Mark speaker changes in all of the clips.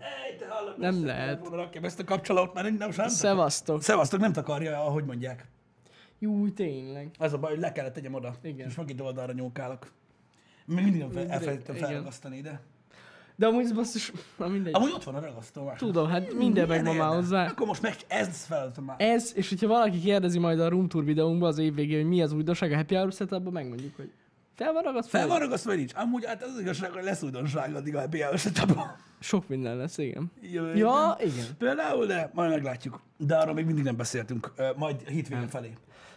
Speaker 1: Ej, te hallod,
Speaker 2: Nem
Speaker 1: persze,
Speaker 2: lehet.
Speaker 1: volna rakjam ezt a kapcsolót, mert nem, nem, sem.
Speaker 2: Szevasztok.
Speaker 1: Szevasztok, nem takarja, ahogy mondják.
Speaker 2: Jú, tényleg.
Speaker 1: Ez a baj, hogy le kellett tegyem oda.
Speaker 2: Igen.
Speaker 1: És megint oldalra nyúlkálok. Még mindig nem fel,
Speaker 2: Mindig,
Speaker 1: elfelejtettem
Speaker 2: igen.
Speaker 1: felragasztani ide.
Speaker 2: De amúgy ez basszus, na mindegy.
Speaker 1: Amúgy ott van a ragasztó már.
Speaker 2: Tudom, hát minden
Speaker 1: Milyen
Speaker 2: megvan már
Speaker 1: érdem?
Speaker 2: hozzá.
Speaker 1: Akkor most meg ezt feleltem már.
Speaker 2: Ez, és hogyha valaki kérdezi majd a Room Tour videónkban az év végén, hogy mi az újdonság a Happy Hour setupban, megmondjuk, hogy fel van ragasztva.
Speaker 1: Fel van ragasztva, vagy nincs? Amúgy hát az igazság, hogy lesz újdonság addig a BL setupban.
Speaker 2: Sok minden lesz, igen.
Speaker 1: Jövő
Speaker 2: Ja,
Speaker 1: héten.
Speaker 2: igen.
Speaker 1: Például, de majd meglátjuk. De arról még mindig nem beszéltünk. Ö, Majd a hétvégén felé.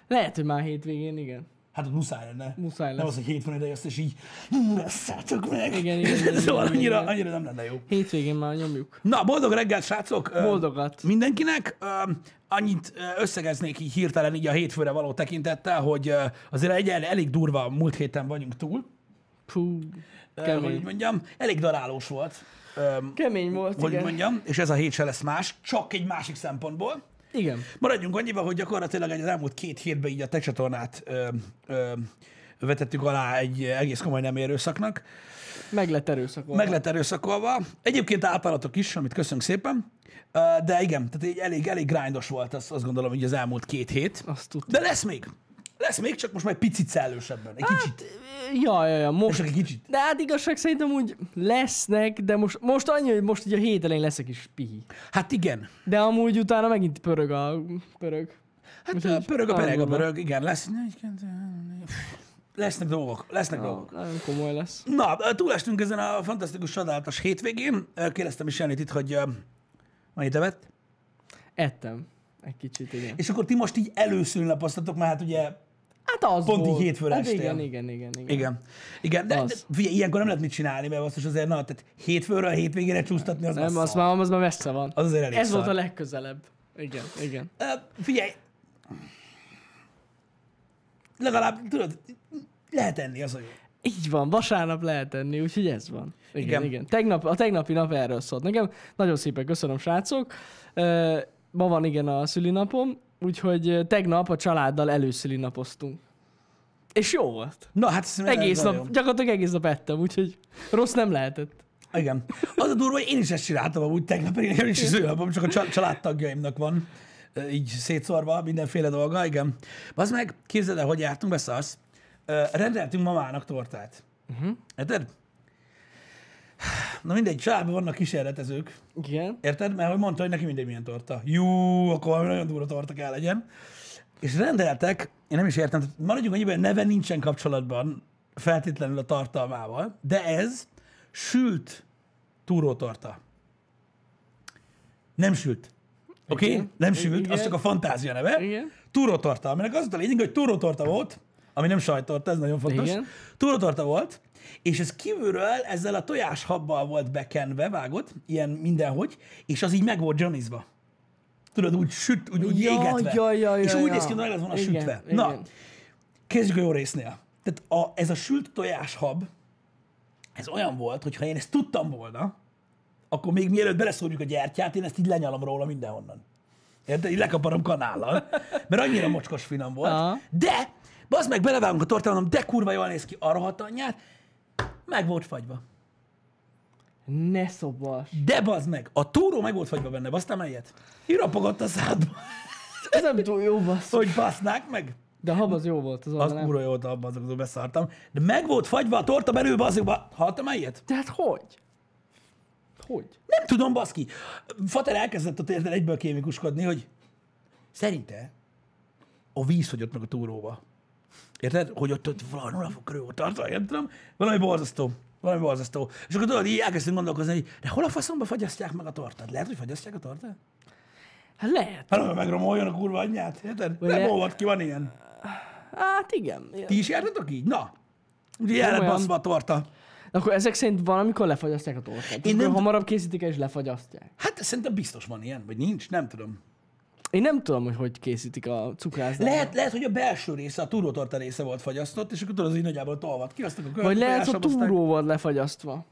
Speaker 2: Lehet, hogy már hétvégén, igen.
Speaker 1: Hát ott muszáj lenne.
Speaker 2: Muszáj
Speaker 1: Nem
Speaker 2: lesz.
Speaker 1: az, hogy hétfőn ide jössz, és így "Hm, rasszátok meg.
Speaker 2: Igen, igen, igen,
Speaker 1: szóval
Speaker 2: igen,
Speaker 1: annyira,
Speaker 2: igen.
Speaker 1: annyira nem lenne jó.
Speaker 2: Hétvégén már nyomjuk.
Speaker 1: Na, boldog reggelt, srácok! Ö,
Speaker 2: Boldogat.
Speaker 1: Mindenkinek Ö, annyit ö, összegeznék így hirtelen így a hétfőre való tekintettel, hogy ö, azért egy el- elég durva múlt héten vagyunk túl,
Speaker 2: Pú,
Speaker 1: Ö, hogy
Speaker 2: kemény.
Speaker 1: így mondjam, elég darálós volt, Ö,
Speaker 2: Kemény volt,
Speaker 1: hogy
Speaker 2: igen.
Speaker 1: mondjam, és ez a hét se lesz más, csak egy másik szempontból.
Speaker 2: Igen.
Speaker 1: Maradjunk annyiban, hogy gyakorlatilag egy- az elmúlt két hétben így a te csatornát ö, ö, vetettük alá egy egész komoly nem érőszaknak.
Speaker 2: Meg lett erőszakolva.
Speaker 1: Meg lett erőszakolva. Egyébként általatok is, amit köszönünk szépen. Ö, De igen, tehát így elég, elég grindos volt, azt, azt gondolom, hogy az elmúlt két hét.
Speaker 2: Azt tudtam.
Speaker 1: De lesz még. Lesz még, csak most már egy picit szellősebben. Egy kicsit.
Speaker 2: Hát, ja, ja, ja, most
Speaker 1: Csak egy kicsit.
Speaker 2: De hát igazság szerintem úgy lesznek, de most, most annyi, hogy most ugye a hét elején leszek is pihi.
Speaker 1: Hát igen.
Speaker 2: De amúgy utána megint pörög a... pörög.
Speaker 1: Hát
Speaker 2: Úgyhogy
Speaker 1: Úgyhogy pörög a pereg, a
Speaker 2: tanulva.
Speaker 1: pörög. Igen, lesz. Lesznek dolgok. Lesznek dolgok.
Speaker 2: Nagyon komoly lesz.
Speaker 1: Na, ö, túlestünk ezen a fantasztikus csodálatos hétvégén. Ö, Kérdeztem is Janit itt, hogy ö, mennyit evett.
Speaker 2: Ettem. Egy kicsit, igen.
Speaker 1: És akkor ti most így először lapoztatok, mert hát ugye...
Speaker 2: Hát az
Speaker 1: Pont így
Speaker 2: volt.
Speaker 1: hétfőre
Speaker 2: hát
Speaker 1: estél.
Speaker 2: igen, igen, igen, igen,
Speaker 1: Igen. Igen, de, de
Speaker 2: Az.
Speaker 1: figyelj, ilyenkor nem lehet mit csinálni, mert azt is azért, na, tehát hétfőről a hétvégére csúsztatni az
Speaker 2: Nem,
Speaker 1: messze
Speaker 2: az
Speaker 1: van.
Speaker 2: már, az már messze van.
Speaker 1: Az azért elég
Speaker 2: Ez volt
Speaker 1: szar.
Speaker 2: a legközelebb. Igen, igen.
Speaker 1: Ö, Figyelj! Legalább, tudod, lehet enni az a jó.
Speaker 2: Így van, vasárnap lehet enni, úgyhogy ez van. Igen,
Speaker 1: Igen.
Speaker 2: igen. igen. Tegnap, a tegnapi nap erről szólt nekem. Nagyon szépen köszönöm, srácok. Ö, Ma van igen a szülinapom, úgyhogy ö, tegnap a családdal előszülinapoztunk. És jó volt.
Speaker 1: Na, hát ez
Speaker 2: Egész
Speaker 1: nagyon
Speaker 2: nap,
Speaker 1: jó.
Speaker 2: gyakorlatilag egész nap ettem, úgyhogy rossz nem lehetett.
Speaker 1: Igen. Az a durva, hogy én is ezt csináltam amúgy tegnap, pedig nekem is szülőnapom, csak a csa- családtagjaimnak van ö, így szétszorva mindenféle dolga, igen. Az meg, képzeld el, hogy jártunk, beszarsz, Ö, rendeltünk mamának tortát. Uh-huh. Érted? Na mindegy, családban vannak kísérletezők,
Speaker 2: Igen.
Speaker 1: érted? Mert hogy mondta, hogy neki mindegy milyen torta. Jú, akkor valami nagyon durva torta kell legyen. És rendeltek, én nem is értem, tehát maradjunk annyiban, hogy a neve nincsen kapcsolatban feltétlenül a tartalmával, de ez sült túrótorta. Nem sült. Oké? Okay?
Speaker 2: Igen.
Speaker 1: Nem sült, az
Speaker 2: Igen.
Speaker 1: csak a fantázia neve.
Speaker 2: Igen.
Speaker 1: Túrótorta, aminek az volt a lényeg, hogy túrótorta volt, ami nem sajtorta, ez nagyon fontos.
Speaker 2: Igen.
Speaker 1: Túrótorta volt, és ez kívülről ezzel a tojáshabbal volt bekenve, vágott, ilyen mindenhogy, és az így meg volt johnizva. Tudod, úgy süt, úgy, úgy
Speaker 2: Ja,
Speaker 1: égetve.
Speaker 2: ja, ja,
Speaker 1: és
Speaker 2: ja,
Speaker 1: úgy
Speaker 2: ja.
Speaker 1: néz ki, hogy meg lett volna
Speaker 2: Igen,
Speaker 1: sütve.
Speaker 2: igen.
Speaker 1: Na, kezdjük a jó résznél. Tehát a, ez a sült tojáshab, ez olyan volt, hogy ha én ezt tudtam volna, akkor még mielőtt beleszórjuk a gyertyát, én ezt így lenyalom róla mindenhonnan. Érted? Így lekaparom kanállal, mert annyira mocskos finom volt.
Speaker 2: Aha.
Speaker 1: De, bazd meg, belevágunk a tortámon, de kurva jól néz ki a rohadt anyját, meg volt fagyva.
Speaker 2: Ne szobas.
Speaker 1: De bazd meg, a túró meg volt fagyva benne, basztam ilyet. Iropogott a szádba,
Speaker 2: Ez nem túl jó bassz.
Speaker 1: hogy basznák meg.
Speaker 2: De a hab az jó volt az,
Speaker 1: Az
Speaker 2: az nem.
Speaker 1: kurva jó volt abban, azokból beszartam. De meg volt fagyva a torta belül, bazd meg, hallottam már ilyet?
Speaker 2: Tehát hát hogy? Hogy?
Speaker 1: Nem tudom, baszki. Fater elkezdett ott érted egyből kémikuskodni, hogy szerinte a víz fogyott meg a túróba. Érted? Hogy ott, ott valami nulla fok körül volt tartva, nem tudom. Valami borzasztó. Valami borzasztó. És akkor tudod, így elkezdtünk gondolkozni, hogy de hol a faszomba fagyasztják meg a tortát? Lehet, hogy fagyasztják a tortát?
Speaker 2: Hát lehet.
Speaker 1: Hát nem, hogy megromoljon a kurva anyját, érted?
Speaker 2: Vagy
Speaker 1: nem
Speaker 2: le-
Speaker 1: olvad ki, van ilyen.
Speaker 2: Hát igen.
Speaker 1: Ti is jártatok így? Na. Ugye el lett
Speaker 2: Komolyan.
Speaker 1: baszva a torta.
Speaker 2: Akkor ezek szerint valamikor lefagyasztják a tortát. Én
Speaker 1: nem
Speaker 2: nem hamarabb készítik el, és lefagyasztják.
Speaker 1: Hát szerintem biztos van ilyen, vagy nincs, nem tudom.
Speaker 2: Én nem tudom, hogy hogy készítik a cukrászdát.
Speaker 1: Lehet, lehet, hogy a belső része, a túrótorta része volt fagyasztott, és akkor tudod, az így nagyjából tolvat ki, azt akkor
Speaker 2: Vagy lehet,
Speaker 1: tojással
Speaker 2: hogy
Speaker 1: aztán-
Speaker 2: túró volt lefagyasztva.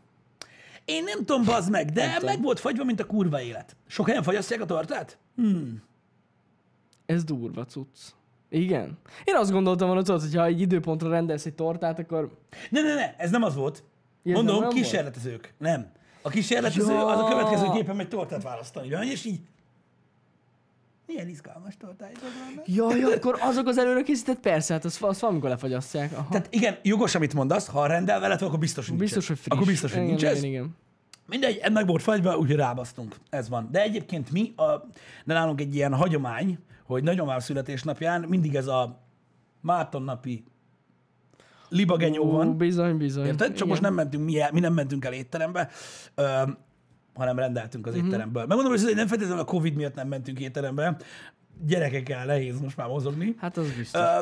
Speaker 1: Én nem tudom, bazd meg, de meg volt fagyva, mint a kurva élet. Sok helyen fagyasztják a tortát?
Speaker 2: Ez durva cucc. Igen. Én azt gondoltam volna, tudod, hogy ha egy időpontra rendelsz egy tortát, akkor...
Speaker 1: Ne, ne, ne, ez nem az volt.
Speaker 2: Ilyen
Speaker 1: Mondom,
Speaker 2: nem volt?
Speaker 1: kísérletezők. Nem. A kísérletező
Speaker 2: Ja.
Speaker 1: az a következő képen megy tortát választani. Van, és így... Milyen izgalmas tortáid van?
Speaker 2: Jaj, jaj, akkor azok az előre készített, persze, hát az, az valamikor lefagyasztják. Aha.
Speaker 1: Tehát igen, jogos, amit mondasz, ha rendel veled, akkor biztos, hogy nincs
Speaker 2: biztos,
Speaker 1: ez.
Speaker 2: hogy friss.
Speaker 1: Akkor biztos, hogy
Speaker 2: igen,
Speaker 1: nincs
Speaker 2: igen,
Speaker 1: ez.
Speaker 2: igen.
Speaker 1: Mindegy, ennek meg volt fagyva, úgyhogy rábasztunk. Ez van. De egyébként mi, a, de nálunk egy ilyen hagyomány, hogy nagyomám születésnapján mindig ez a Márton napi libagenyó
Speaker 2: Ó,
Speaker 1: van.
Speaker 2: bizony, bizony.
Speaker 1: Érted? Csak
Speaker 2: igen.
Speaker 1: most nem mentünk, mi, el, mi nem mentünk el étterembe, ö, hanem rendeltünk
Speaker 2: Mhm.
Speaker 1: az étteremből. Megmondom, hogy ez nem feltétlenül a Covid miatt nem mentünk étterembe. Gyerekekkel nehéz most már mozogni.
Speaker 2: Hát az biztos.
Speaker 1: Ö,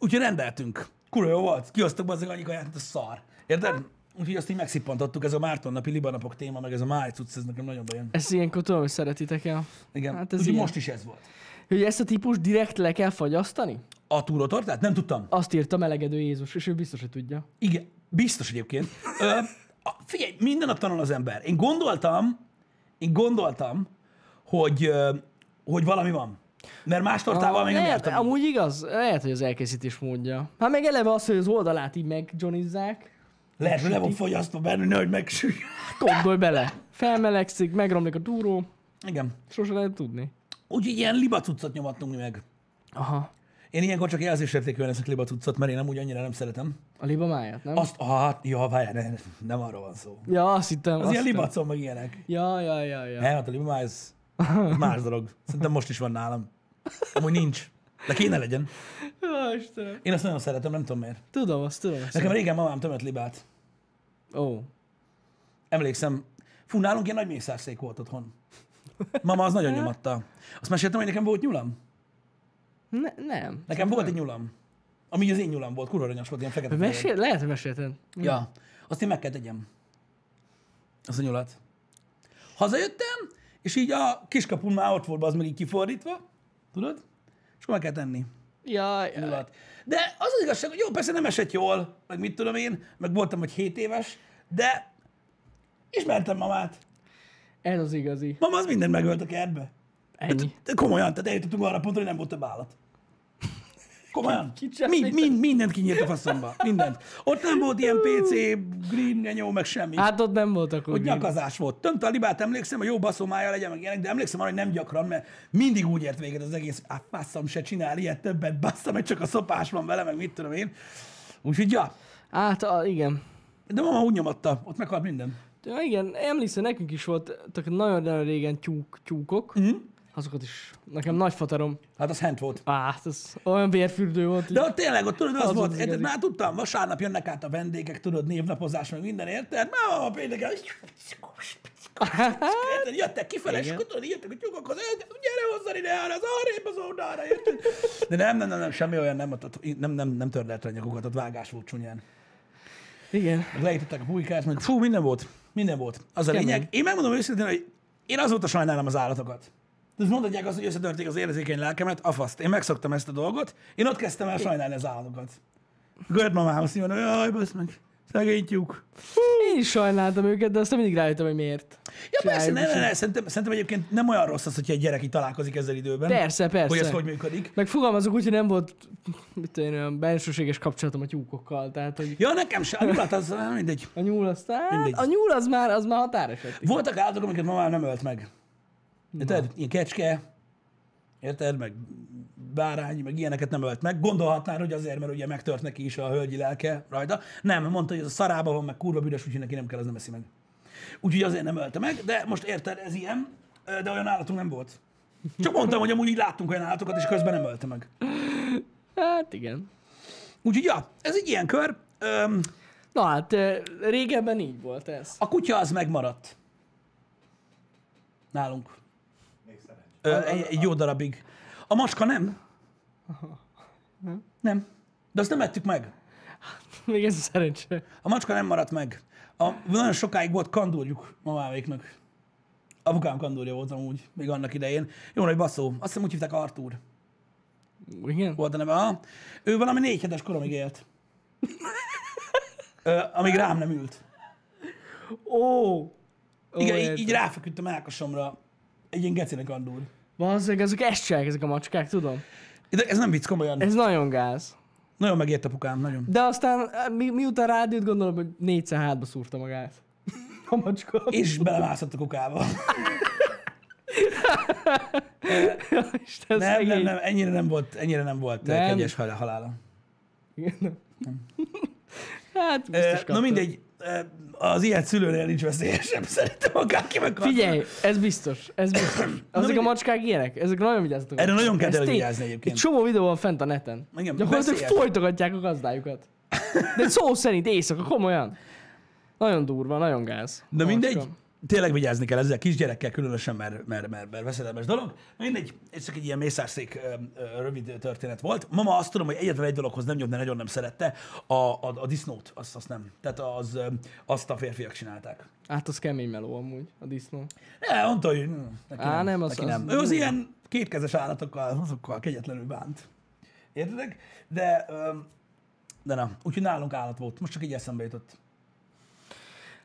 Speaker 1: úgyhogy rendeltünk. Kurva jó volt. Kiosztok be annyi kaját, mint a szar. Érted? Úgyhogy azt így megszippantottuk, ez a Márton napi libanapok téma, meg ez a máj cucc, ez nekem nagyon bejön.
Speaker 2: Ezt ilyenkor tudom, hogy szeretitek el.
Speaker 1: Igen.
Speaker 2: Hát
Speaker 1: Hát ez
Speaker 2: ez
Speaker 1: úgyhogy
Speaker 2: ilyen.
Speaker 1: most is ez volt.
Speaker 2: Hogy ezt a típus direkt le kell fagyasztani?
Speaker 1: A túrótortát? Nem tudtam.
Speaker 2: Azt írta melegedő Jézus, és ő biztos, hogy tudja.
Speaker 1: Igen, biztos egyébként. Ö, a- figyelj, minden nap tanul az ember. Én gondoltam, én gondoltam, hogy, ö, hogy valami van. Mert más tortával még nem
Speaker 2: Ah, lehet,
Speaker 1: jártam.
Speaker 2: amúgy igaz, lehet, hogy az elkészítés módja. Hát meg eleve az, hogy az oldalát így megjonizzák.
Speaker 1: Lehet, hogy le van fogyasztva benne, nehogy megsüljön.
Speaker 2: Gondolj bele. Felmelegszik, megromlik a túró.
Speaker 1: Igen.
Speaker 2: Sose lehet tudni.
Speaker 1: Úgyhogy ilyen libacuccot nyomattunk mi meg.
Speaker 2: Aha.
Speaker 1: Én ilyenkor csak jelzésértékűen eszek liba cuccot, mert én nem úgy annyira nem szeretem.
Speaker 2: A libamáját, nem?
Speaker 1: Azt, hát, ja, várjál, nem, nem arról van szó.
Speaker 2: Ja, azt hittem.
Speaker 1: Az
Speaker 2: azt
Speaker 1: ilyen
Speaker 2: hittem.
Speaker 1: libacon, meg ilyenek.
Speaker 2: Ja, ja, ja, ja.
Speaker 1: Nem, hát a liba már ez ez más dolog. Szerintem most is van nálam. Amúgy nincs. De kéne legyen.
Speaker 2: Ja, Istenem.
Speaker 1: Én azt nagyon szeretem, nem tudom miért.
Speaker 2: Tudom, azt tudom. Azt.
Speaker 1: Nekem régen mamám tömött libát.
Speaker 2: Ó.
Speaker 1: Emlékszem, fú, nálunk ilyen nagy mészárszék volt otthon. Mama az nagyon nyomatta. Azt meséltem, hogy nekem volt nyulam?
Speaker 2: Ne, nem.
Speaker 1: Nekem volt egy nyulam. Ami az én nyulam volt, kurva aranyos volt, ilyen fekete. fehér.
Speaker 2: Mesél, lehet, hogy mesélted.
Speaker 1: Ja. Azt én meg kell tegyem. Az a nyulat. Hazajöttem, és így a kiskapun már ott volt, az meg így kifordítva, tudod? És akkor meg kell tenni
Speaker 2: Ja, ja.
Speaker 1: nyulat. De az az igazság, hogy jó, persze nem esett jól, meg mit tudom én, meg voltam, hogy 7 éves, de ismertem mamát.
Speaker 2: Ez az igazi.
Speaker 1: Mama az mindent megölt a kertbe. Hát,
Speaker 2: Ennyi.
Speaker 1: De komolyan, tehát eljutottunk arra a pontra, hogy nem volt több állat. Komolyan.
Speaker 2: Kicsit
Speaker 1: Mind, mind, mindent kinyírt a faszomba. Mindent. Ott nem volt ilyen PC, green, genyó, meg semmi.
Speaker 2: Hát ott nem voltak
Speaker 1: Hogy
Speaker 2: úgy.
Speaker 1: nyakazás volt. Tömte a libát, emlékszem, a jó baszomája legyen meg ilyenek, de emlékszem arra, hogy nem gyakran, mert mindig úgy ért véget az egész, á, faszom se csinál ilyet többet, basszam, meg csak a szopás van vele, meg mit tudom én. Úgyhogy ja,
Speaker 2: Hát, a, igen.
Speaker 1: de mama úgy nyomatta, ott meghalt minden.
Speaker 2: Ja, igen, emlékszem, nekünk is voltak nagyon-nagyon régen tyúk, tyúkok.
Speaker 1: Mhm.
Speaker 2: Mm. Azokat is. Nekem nagy fatarom.
Speaker 1: Hát az hent volt.
Speaker 2: Á, hát az olyan vérfürdő volt. hogy-
Speaker 1: De ott tényleg, ott tudod, az,
Speaker 2: Az
Speaker 1: az volt,
Speaker 2: az
Speaker 1: érted,
Speaker 2: igazi.
Speaker 1: már tudtam, vasárnap jönnek át a vendégek, tudod, névnapozás, meg minden, érted? Már a péntek Érted, jöttek kifele, és
Speaker 2: Igen.
Speaker 1: akkor tudod, jöttek a tyúkok az gyere hozzá ide, arra, az arrébb az oldalra, érted? De nem, nem, nem, nem, semmi olyan nem, ott- ott- nem, nem, nem törlelt a nyakukat, ott vágás volt csúnyán.
Speaker 2: Igen.
Speaker 1: Meg leítettek a pulykát, meg fú, minden volt, minden volt. Az a
Speaker 2: Kemény.
Speaker 1: lényeg. Én megmondom őszintén, hogy én azóta sajnálom az állatokat. Tehát mondhatják azt, hogy összetörték az érzékeny lelkemet, a faszt. Én megszoktam ezt a dolgot, én ott kezdtem el sajnálni az állatokat. Gört mamám azt mondja, jaj, basz meg, szegénytjük.
Speaker 2: Én is sajnáltam őket, de aztán mindig rájöttem, hogy miért.
Speaker 1: Ja, persze,
Speaker 2: Csináljuk
Speaker 1: ne, ne,
Speaker 2: is.
Speaker 1: ne, szerintem, szerintem egyébként nem olyan rossz az, hogyha egy gyerek így találkozik ezzel időben.
Speaker 2: Persze, persze.
Speaker 1: Hogy ez hogy működik.
Speaker 2: Meg fogalmazok úgy, hogy nem volt mit tudom, én, olyan bensőséges kapcsolatom a tyúkokkal. Tehát, hogy
Speaker 1: Ja, nekem sem. A nyulat az á, mindegy.
Speaker 2: a nyúl aztán...
Speaker 1: Mindegy.
Speaker 2: A nyúl az már, az már határeset.
Speaker 1: Voltak állatok, amiket ma már nem ölt meg. Érted? Ilyen kecske, érted? Meg bárány, meg ilyeneket nem ölt meg. Gondolhatnál, hogy azért, mert ugye megtört neki is a hölgyi lelke rajta. Nem, mondta, hogy ez a szarába van, meg kurva büdös, úgyhogy neki nem kell, az nem eszi meg. Úgyhogy azért nem ölte meg, de most érted, ez ilyen, ö, de olyan állatunk nem volt. Csak mondtam, hogy amúgy így láttunk olyan állatokat, és közben nem ölte meg.
Speaker 2: Hát igen.
Speaker 1: Úgyhogy ja, ez egy ilyen kör. Öm,
Speaker 2: Na hát, eh, régebben így volt ez.
Speaker 1: A kutya az megmaradt. Nálunk. Ö, egy, egy jó darabig. A maska nem. Nem. De azt nem ettük meg.
Speaker 2: Még ez a szerencse.
Speaker 1: A macska nem maradt meg. A, nagyon sokáig volt kandúrjuk mamáméknak. Apukám kandúrja volt amúgy, még annak idején. Jó nagy baszó. Azt hiszem úgy hívták Artúr.
Speaker 2: Igen?
Speaker 1: Volt a neve. Aha. Ő valami négy hetes koromig élt. Ö, amíg rám nem ült.
Speaker 2: Ó!
Speaker 1: Igen,
Speaker 2: Ó,
Speaker 1: így,
Speaker 2: értem.
Speaker 1: így ráfeküdt a melkasomra egy ilyen gecinek andúr.
Speaker 2: Valószínűleg ezek ezt csinálják, ezek a macskák, tudom.
Speaker 1: De ez nem vicc, komolyan.
Speaker 2: Ez nagyon gáz.
Speaker 1: Nagyon megért apukám, nagyon.
Speaker 2: De aztán eh, mi, miután rád jött, gondolom, hogy négyszer hátba szúrta magát. a macska.
Speaker 1: És belemászott a kukába. Nem,
Speaker 2: Isten
Speaker 1: nem,
Speaker 2: szegény.
Speaker 1: nem, ennyire nem volt, ennyire nem volt nem.
Speaker 2: Nem.
Speaker 1: kegyes hal- halála.
Speaker 2: Igen, nem. Hát
Speaker 1: Ö,
Speaker 2: biztos
Speaker 1: Eh, Na
Speaker 2: kapta.
Speaker 1: mindegy, ö, az ilyet szülőnél nincs veszélyesebb, szerintem akárki meghal.
Speaker 2: Figyelj, ez biztos, ez biztos. Azok a
Speaker 1: mindegy.
Speaker 2: macskák ilyenek, ezek nagyon vigyázzatok.
Speaker 1: Erre nagyon kell
Speaker 2: Ez tény.
Speaker 1: vigyázni egyébként.
Speaker 2: Egy csomó videó van fent a neten.
Speaker 1: Igen,
Speaker 2: Gyakorlatilag
Speaker 1: beszélek.
Speaker 2: folytogatják a gazdájukat. De szó szerint éjszaka, komolyan. Nagyon durva, nagyon gáz.
Speaker 1: Na
Speaker 2: A
Speaker 1: mindegy,
Speaker 2: macska.
Speaker 1: tényleg vigyázni kell ezzel, kisgyerekkel különösen, mert, mert, mert, mert veszedelmes dolog. Na Mindegy, ez csak egy ilyen mészárszék ö, ö, rövid történet volt. Mama azt tudom, hogy egyetlen egy dologhoz nem nyúlt, mert nagyon nem szerette, a, a, a disznót, azt, azt nem. Tehát az, ö, azt a férfiak csinálták.
Speaker 2: Hát az kemény meló amúgy, a disznó.
Speaker 1: Ne, mondta, hogy hm, neki
Speaker 2: Á, nem, az-
Speaker 1: neki
Speaker 2: az-
Speaker 1: nem. Ő az ilyen kétkezes állatokkal, azokkal kegyetlenül bánt. Értedek? De, öm, de nem. Úgyhogy nálunk állat volt. Most csak így eszembe jutott.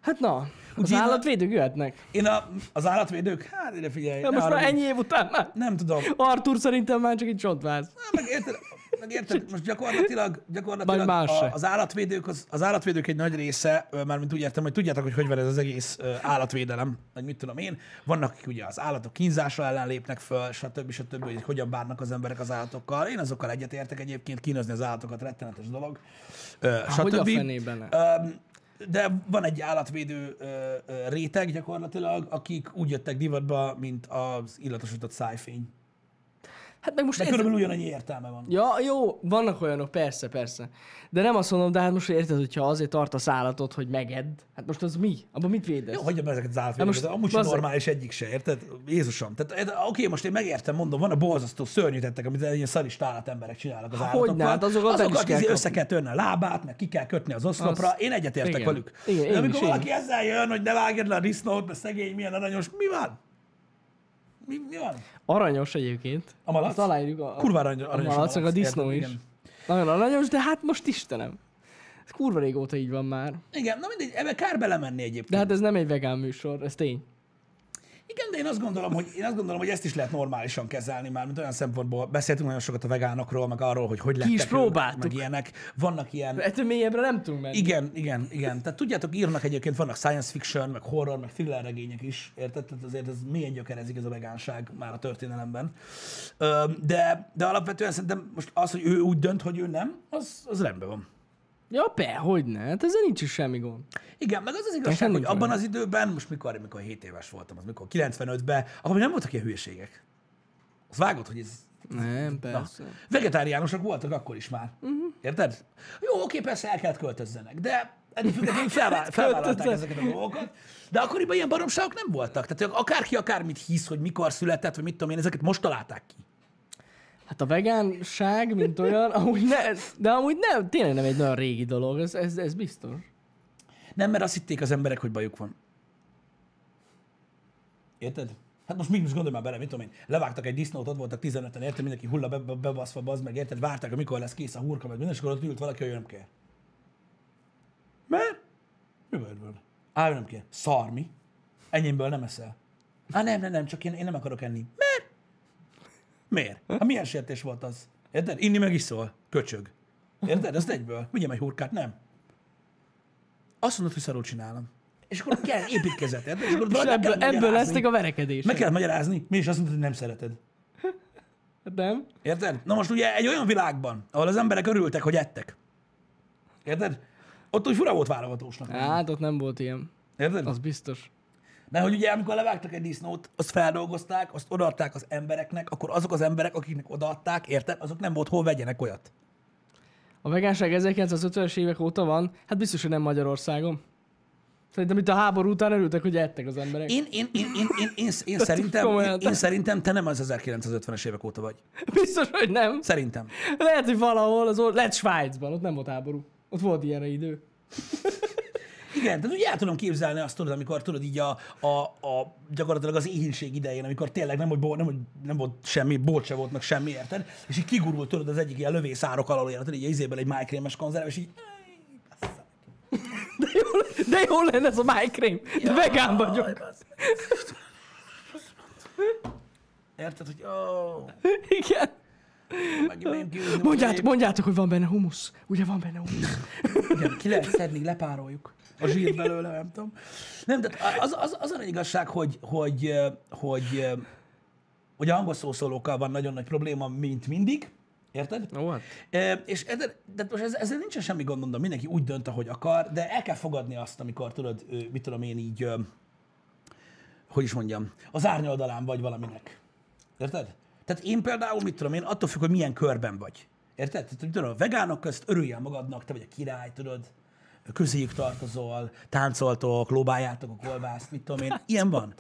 Speaker 2: Hát na, az
Speaker 1: Ugye-
Speaker 2: állatvédők jöhetnek.
Speaker 1: Én a, az állatvédők, hát ide figyelj.
Speaker 2: Ja,
Speaker 1: ne
Speaker 2: most már
Speaker 1: haragudj.
Speaker 2: ennyi év után már.
Speaker 1: Nem tudom.
Speaker 2: Artur szerintem már csak egy csontváz.
Speaker 1: Na, Meg érted, meg érted, most gyakorlatilag, gyakorlatilag
Speaker 2: Majd más se.
Speaker 1: a, az, állatvédők, az, az állatvédők egy nagy része, ö, mármint úgy értem, hogy tudjátok, hogy hogy van ez az egész ö, állatvédelem, vagy mit tudom én. Vannak, akik ugye az állatok kínzása ellen lépnek föl, stb. stb., hogy hogyan bánnak az emberek az állatokkal. Én azokkal egyetértek egyébként, kínozni az állatokat rettenetes dolog, ö, stb.
Speaker 2: hogy a fenében ne?
Speaker 1: Öm, de van egy állatvédő ö, ö, réteg gyakorlatilag, akik úgy jöttek divatba, mint az illatosított szájfény.
Speaker 2: Hát meg most
Speaker 1: De
Speaker 2: ez-
Speaker 1: körülbelül ugyanannyi értelme van.
Speaker 2: Ja, jó, vannak olyanok, persze, persze. De nem azt mondom, de hát most érted, hogyha azért tartasz állatot, hogy megedd, hát most az mi? Abban mit védesz?
Speaker 1: Jó, hagyjam ezeket az
Speaker 2: Hát
Speaker 1: állatvédőket,
Speaker 2: most
Speaker 1: amúgy sem
Speaker 2: bazzeg.
Speaker 1: normális egyik se, érted? Jézusom. Tehát, ez- oké, most én megértem, mondom, van a borzasztó szörnyű tettek, amit ilyen szarista állat emberek csinálnak az állatokkal.
Speaker 2: hogyne, hát azokat el is
Speaker 1: azokat
Speaker 2: kell
Speaker 1: izé
Speaker 2: kapni.
Speaker 1: össze kell törni a lábát, meg ki kell kötni az oszlopra.
Speaker 2: Azt-
Speaker 1: Én egyetértek
Speaker 2: igen.
Speaker 1: velük.
Speaker 2: Igen, én
Speaker 1: De amikor
Speaker 2: is, én
Speaker 1: valaki ezzel jön, hogy ne vágjad le a disznót, mert szegény, milyen aranyos, mi van? Mi, mi van?
Speaker 2: Aranyos egyébként.
Speaker 1: A malac?
Speaker 2: Azt aláírjuk a,
Speaker 1: Kurva arany- aranyos
Speaker 2: a malac, meg a disznó
Speaker 1: érted?
Speaker 2: is.
Speaker 1: Igen.
Speaker 2: Nagyon aranyos, de hát most Istenem. Ez kurva régóta így van már.
Speaker 1: Igen, na mindegy, ebbe kár belemenni egyébként.
Speaker 2: De hát ez nem egy vegán műsor, ez tény.
Speaker 1: Igen, de én azt gondolom, hogy, én azt gondolom, hogy ezt is lehet normálisan kezelni már, mint olyan szempontból. Beszéltünk nagyon sokat a vegánokról, meg arról, hogy hogy lettek
Speaker 2: is
Speaker 1: ők,
Speaker 2: próbáltuk.
Speaker 1: Meg ilyenek. Vannak ilyen...
Speaker 2: Ettől mélyebbre nem tudunk menni.
Speaker 1: Igen, igen, igen. Tehát tudjátok, írnak egyébként, vannak science fiction, meg horror, meg thriller regények is, érted? Tehát azért ez mélyen gyökerezik ez a vegánság már a történelemben. Ö, De, de alapvetően szerintem most az, hogy ő úgy dönt, hogy ő nem, az, az rendben van.
Speaker 2: Ja, be, hogy ne? Hát ezzel nincs is semmi gond.
Speaker 1: Igen, meg az az
Speaker 2: Nekem
Speaker 1: igazság, hogy
Speaker 2: nincs
Speaker 1: abban
Speaker 2: olyan.
Speaker 1: az időben, most mikor, mikor 7 éves voltam, az mikor 95-ben, akkor még nem voltak ilyen hülyeségek. Az vágott, hogy ez
Speaker 2: Nem,
Speaker 1: Na,
Speaker 2: persze.
Speaker 1: vegetáriánusok voltak akkor is már. Uh-huh. Érted? Jó, oké, persze el kellett költözzenek, de ettől függetlenül felvá- felvállalták ezeket a dolgokat. De akkoriban ilyen baromságok nem voltak. Tehát ők akárki akármit hisz, hogy mikor született, vagy mit tudom én, ezeket most találták ki.
Speaker 2: Hát a vegánság, mint olyan, amúgy ne, de amúgy nem, tényleg nem egy nagyon régi dolog, ez, ez, ez biztos.
Speaker 1: Nem, mert azt hitték az emberek, hogy bajuk van. Érted? Hát most még most gondolj már bele, mit tudom én. Levágtak egy disznót, ott voltak 15-en, érted? Mindenki hulla be, be, bebaszva, bazd meg, érted? Várták, hogy mikor lesz kész a hurka, meg minden, és akkor ott ült valaki, hogy ő nem kell. Mert? Mi bajod van? Á, ő nem kell. Szar, mi? Ennyimből nem eszel. Á, nem, nem, nem, csak én, én nem akarok enni. Mert? Miért? Hát milyen sértés volt az? Érted? Inni meg iszol. Köcsög. Érted? Ezt egyből. Vigyem egy hurkát, nem. Azt mondod, hogy szarul csinálom. És akkor kell építkezett, érted? És akkor
Speaker 2: És
Speaker 1: meg kell
Speaker 2: ebből, ebből
Speaker 1: magyarázni.
Speaker 2: lesznek a verekedések.
Speaker 1: Meg kell magyarázni, mi is azt mondod, hogy nem szereted.
Speaker 2: Hát Nem?
Speaker 1: Érted? Na most ugye egy olyan világban, ahol az emberek örültek, hogy ettek. Érted? Ott úgy fura volt válogatósnak.
Speaker 2: Hát ott nem volt ilyen.
Speaker 1: Érted?
Speaker 2: Az biztos.
Speaker 1: Mert hogy ugye, amikor levágtak egy disznót, azt feldolgozták, azt odaadták az embereknek, akkor azok az emberek, akiknek odaadták, érted, azok nem volt hol vegyenek olyat.
Speaker 2: A vegánság 1950-es évek óta van, hát biztos, hogy nem Magyarországon. Szerintem itt a háború után örültek, hogy ettek az emberek.
Speaker 1: Én, én, én, én, én, én, én, szerintem, én,
Speaker 2: komolyan.
Speaker 1: én szerintem te nem az 1950-es évek óta vagy.
Speaker 2: Biztos, hogy nem.
Speaker 1: Szerintem.
Speaker 2: Lehet, hogy valahol, az or... lehet Svájcban, ott nem volt háború. Ott volt ilyenre idő.
Speaker 1: Igen, tehát úgy el tudom képzelni azt, tudod, amikor tudod így a, a, a gyakorlatilag az éhínség idején, amikor tényleg nem, hogy, bo- nem, hogy nem volt semmi, bolt se volt, meg semmi, érted? És így kigurult tudod az egyik ilyen lövészárok alól, érted? Így izéből egy májkrémes konzerv, és így...
Speaker 2: De jó, de jó lenne ez a májkrém. De vegán vagyok.
Speaker 1: Aj, bassz. Érted, hogy ó,
Speaker 2: Igen.
Speaker 1: megint megyünk kiúzni.
Speaker 2: Mondját, mondjátok, hogy van benne humusz. Ugye van benne humusz.
Speaker 1: Igen, ki lehet szedni, lepároljuk. a zsírt belőle, nem tudom. Nem, tehát az, az, az a nagy igazság, hogy, hogy, hogy, hogy a angol szószólókkal van nagyon nagy probléma, mint mindig. Érted?
Speaker 2: Ó, hát.
Speaker 1: E, és ezzel, de most ezzel, ezzel nincsen semmi gond, mondom, mindenki úgy dönt, ahogy akar, de el kell fogadni azt, amikor tudod, ö, mit tudom én így, ö, hogy is mondjam, az árnyoldalán vagy valaminek. Érted? Tehát én például, mit tudom én, attól függ, hogy milyen körben vagy. Érted? Tehát, mit tudom, a vegánok közt örüljél magadnak, te vagy a király, tudod, közéjük tartozol, táncoltok, lobáljátok a kolbászt, mit tudom én, ilyen van.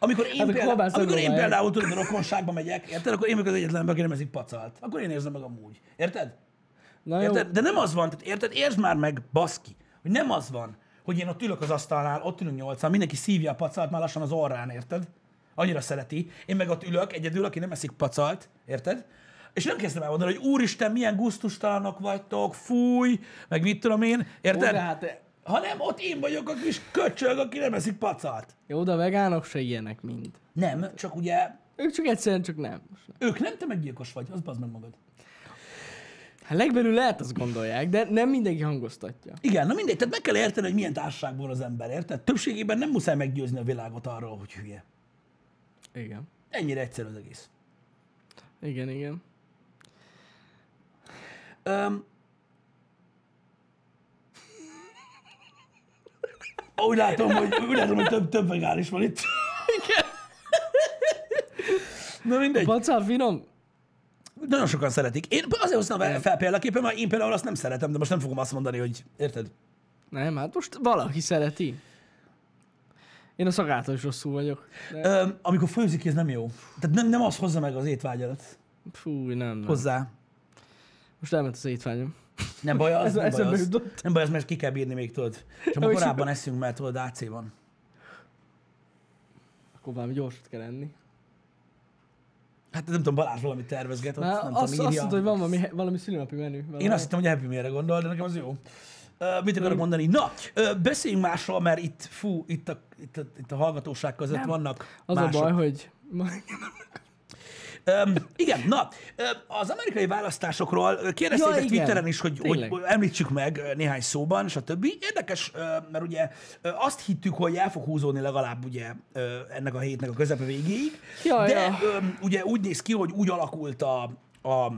Speaker 1: Amikor én,
Speaker 2: Hát a
Speaker 1: például,
Speaker 2: kolbászt nem
Speaker 1: amikor én
Speaker 2: lobálják.
Speaker 1: például tudod, a rokonságba megyek, érted? Akkor én vagyok az egyetlen ember, aki nem ezik pacalt. Akkor én érzem meg amúgy. Érted?
Speaker 2: Na jó,
Speaker 1: Érted? De nem az van, tehát érted? Értsd már meg, baszki, hogy nem az van, hogy én ott ülök az asztalnál, ott ülünk nyolcan, mindenki szívja a pacalt már lassan az orrán, érted? Annyira szereti. Én meg ott ülök egyedül, aki nem eszik pacalt, érted? És nem kezdem elmondani, hogy úristen, milyen gusztustalanok vagytok, fúj, meg mit tudom én, érted?
Speaker 2: Ó, de hát-
Speaker 1: Hanem ott én vagyok a kis köcsög, aki nem eszik pacalt.
Speaker 2: jó, de a vegánok se ilyenek mind.
Speaker 1: Nem, csak ugye
Speaker 2: Ők csak egyszerűen csak nem.
Speaker 1: ők nem, te meggyilkos vagy, az bazd meg magad.
Speaker 2: Hát legbelül lehet azt gondolják, de nem mindenki hangoztatja.
Speaker 1: Igen, na mindegy, tehát meg kell érteni, hogy milyen társaságból az ember, érted? Többségében nem muszáj meggyőzni a világot arról, hogy hülye.
Speaker 2: Igen.
Speaker 1: Ennyire egyszerű az egész.
Speaker 2: Igen, igen.
Speaker 1: Öm... Úgy látom, hogy, úgy látom, hogy több, több vegán is van itt. Igen. Na mindegy.
Speaker 2: Pacal finom?
Speaker 1: Nagyon sokan szeretik. Én azért hoztam fel- fel példaképpen, mert én például azt nem szeretem, de most nem fogom azt mondani, hogy érted?
Speaker 2: Nem, hát most valaki szereti. Én a szagától is rosszul vagyok. De...
Speaker 1: Öm, amikor főzik, ez nem jó. Tehát nem, nem az hozza meg az étvágyadat.
Speaker 2: Fú, nem, nem.
Speaker 1: Hozzá.
Speaker 2: Most elment az étvágyom.
Speaker 1: Nem baj az,
Speaker 2: Ez-
Speaker 1: nem baj
Speaker 2: eszembe
Speaker 1: az.
Speaker 2: jutott.
Speaker 1: Nem baj az, mert ki kell bírni még, tudod. És
Speaker 2: Jó,
Speaker 1: amikor
Speaker 2: és
Speaker 1: korábban eszünk, mert tudod, AC van.
Speaker 2: Akkor valami gyorsat kell enni.
Speaker 1: Hát nem tudom, Balázs valamit tervezget, ott,
Speaker 2: Már
Speaker 1: nem
Speaker 2: azt,
Speaker 1: tudom,
Speaker 2: azt
Speaker 1: írja.
Speaker 2: mondta, hogy van valami, valami szülinapi menü. Valami.
Speaker 1: Én azt hittem, hogy Happy Meal-re gondol, de nekem az jó. Ö, mit
Speaker 2: Hm.
Speaker 1: akarok mondani? Na, ö, beszéljünk másról, mert itt, fú, itt a, itt a, itt a hallgatóság között nem. vannak
Speaker 2: Az
Speaker 1: mások.
Speaker 2: a baj, hogy...
Speaker 1: Öm, igen, na, öm, az amerikai választásokról ö, kérdezték
Speaker 2: Ja,
Speaker 1: ja,
Speaker 2: igen.
Speaker 1: Twitteren is, hogy, hogy
Speaker 2: Tényleg.
Speaker 1: említsük meg ö, néhány szóban, stb. Érdekes, ö, mert ugye ö, azt hittük, hogy el fog húzódni legalább ugye ö, ennek a hétnek a közepe végéig,
Speaker 2: Ja,
Speaker 1: de
Speaker 2: ja.
Speaker 1: öm, ugye úgy néz ki, hogy úgy alakult a, a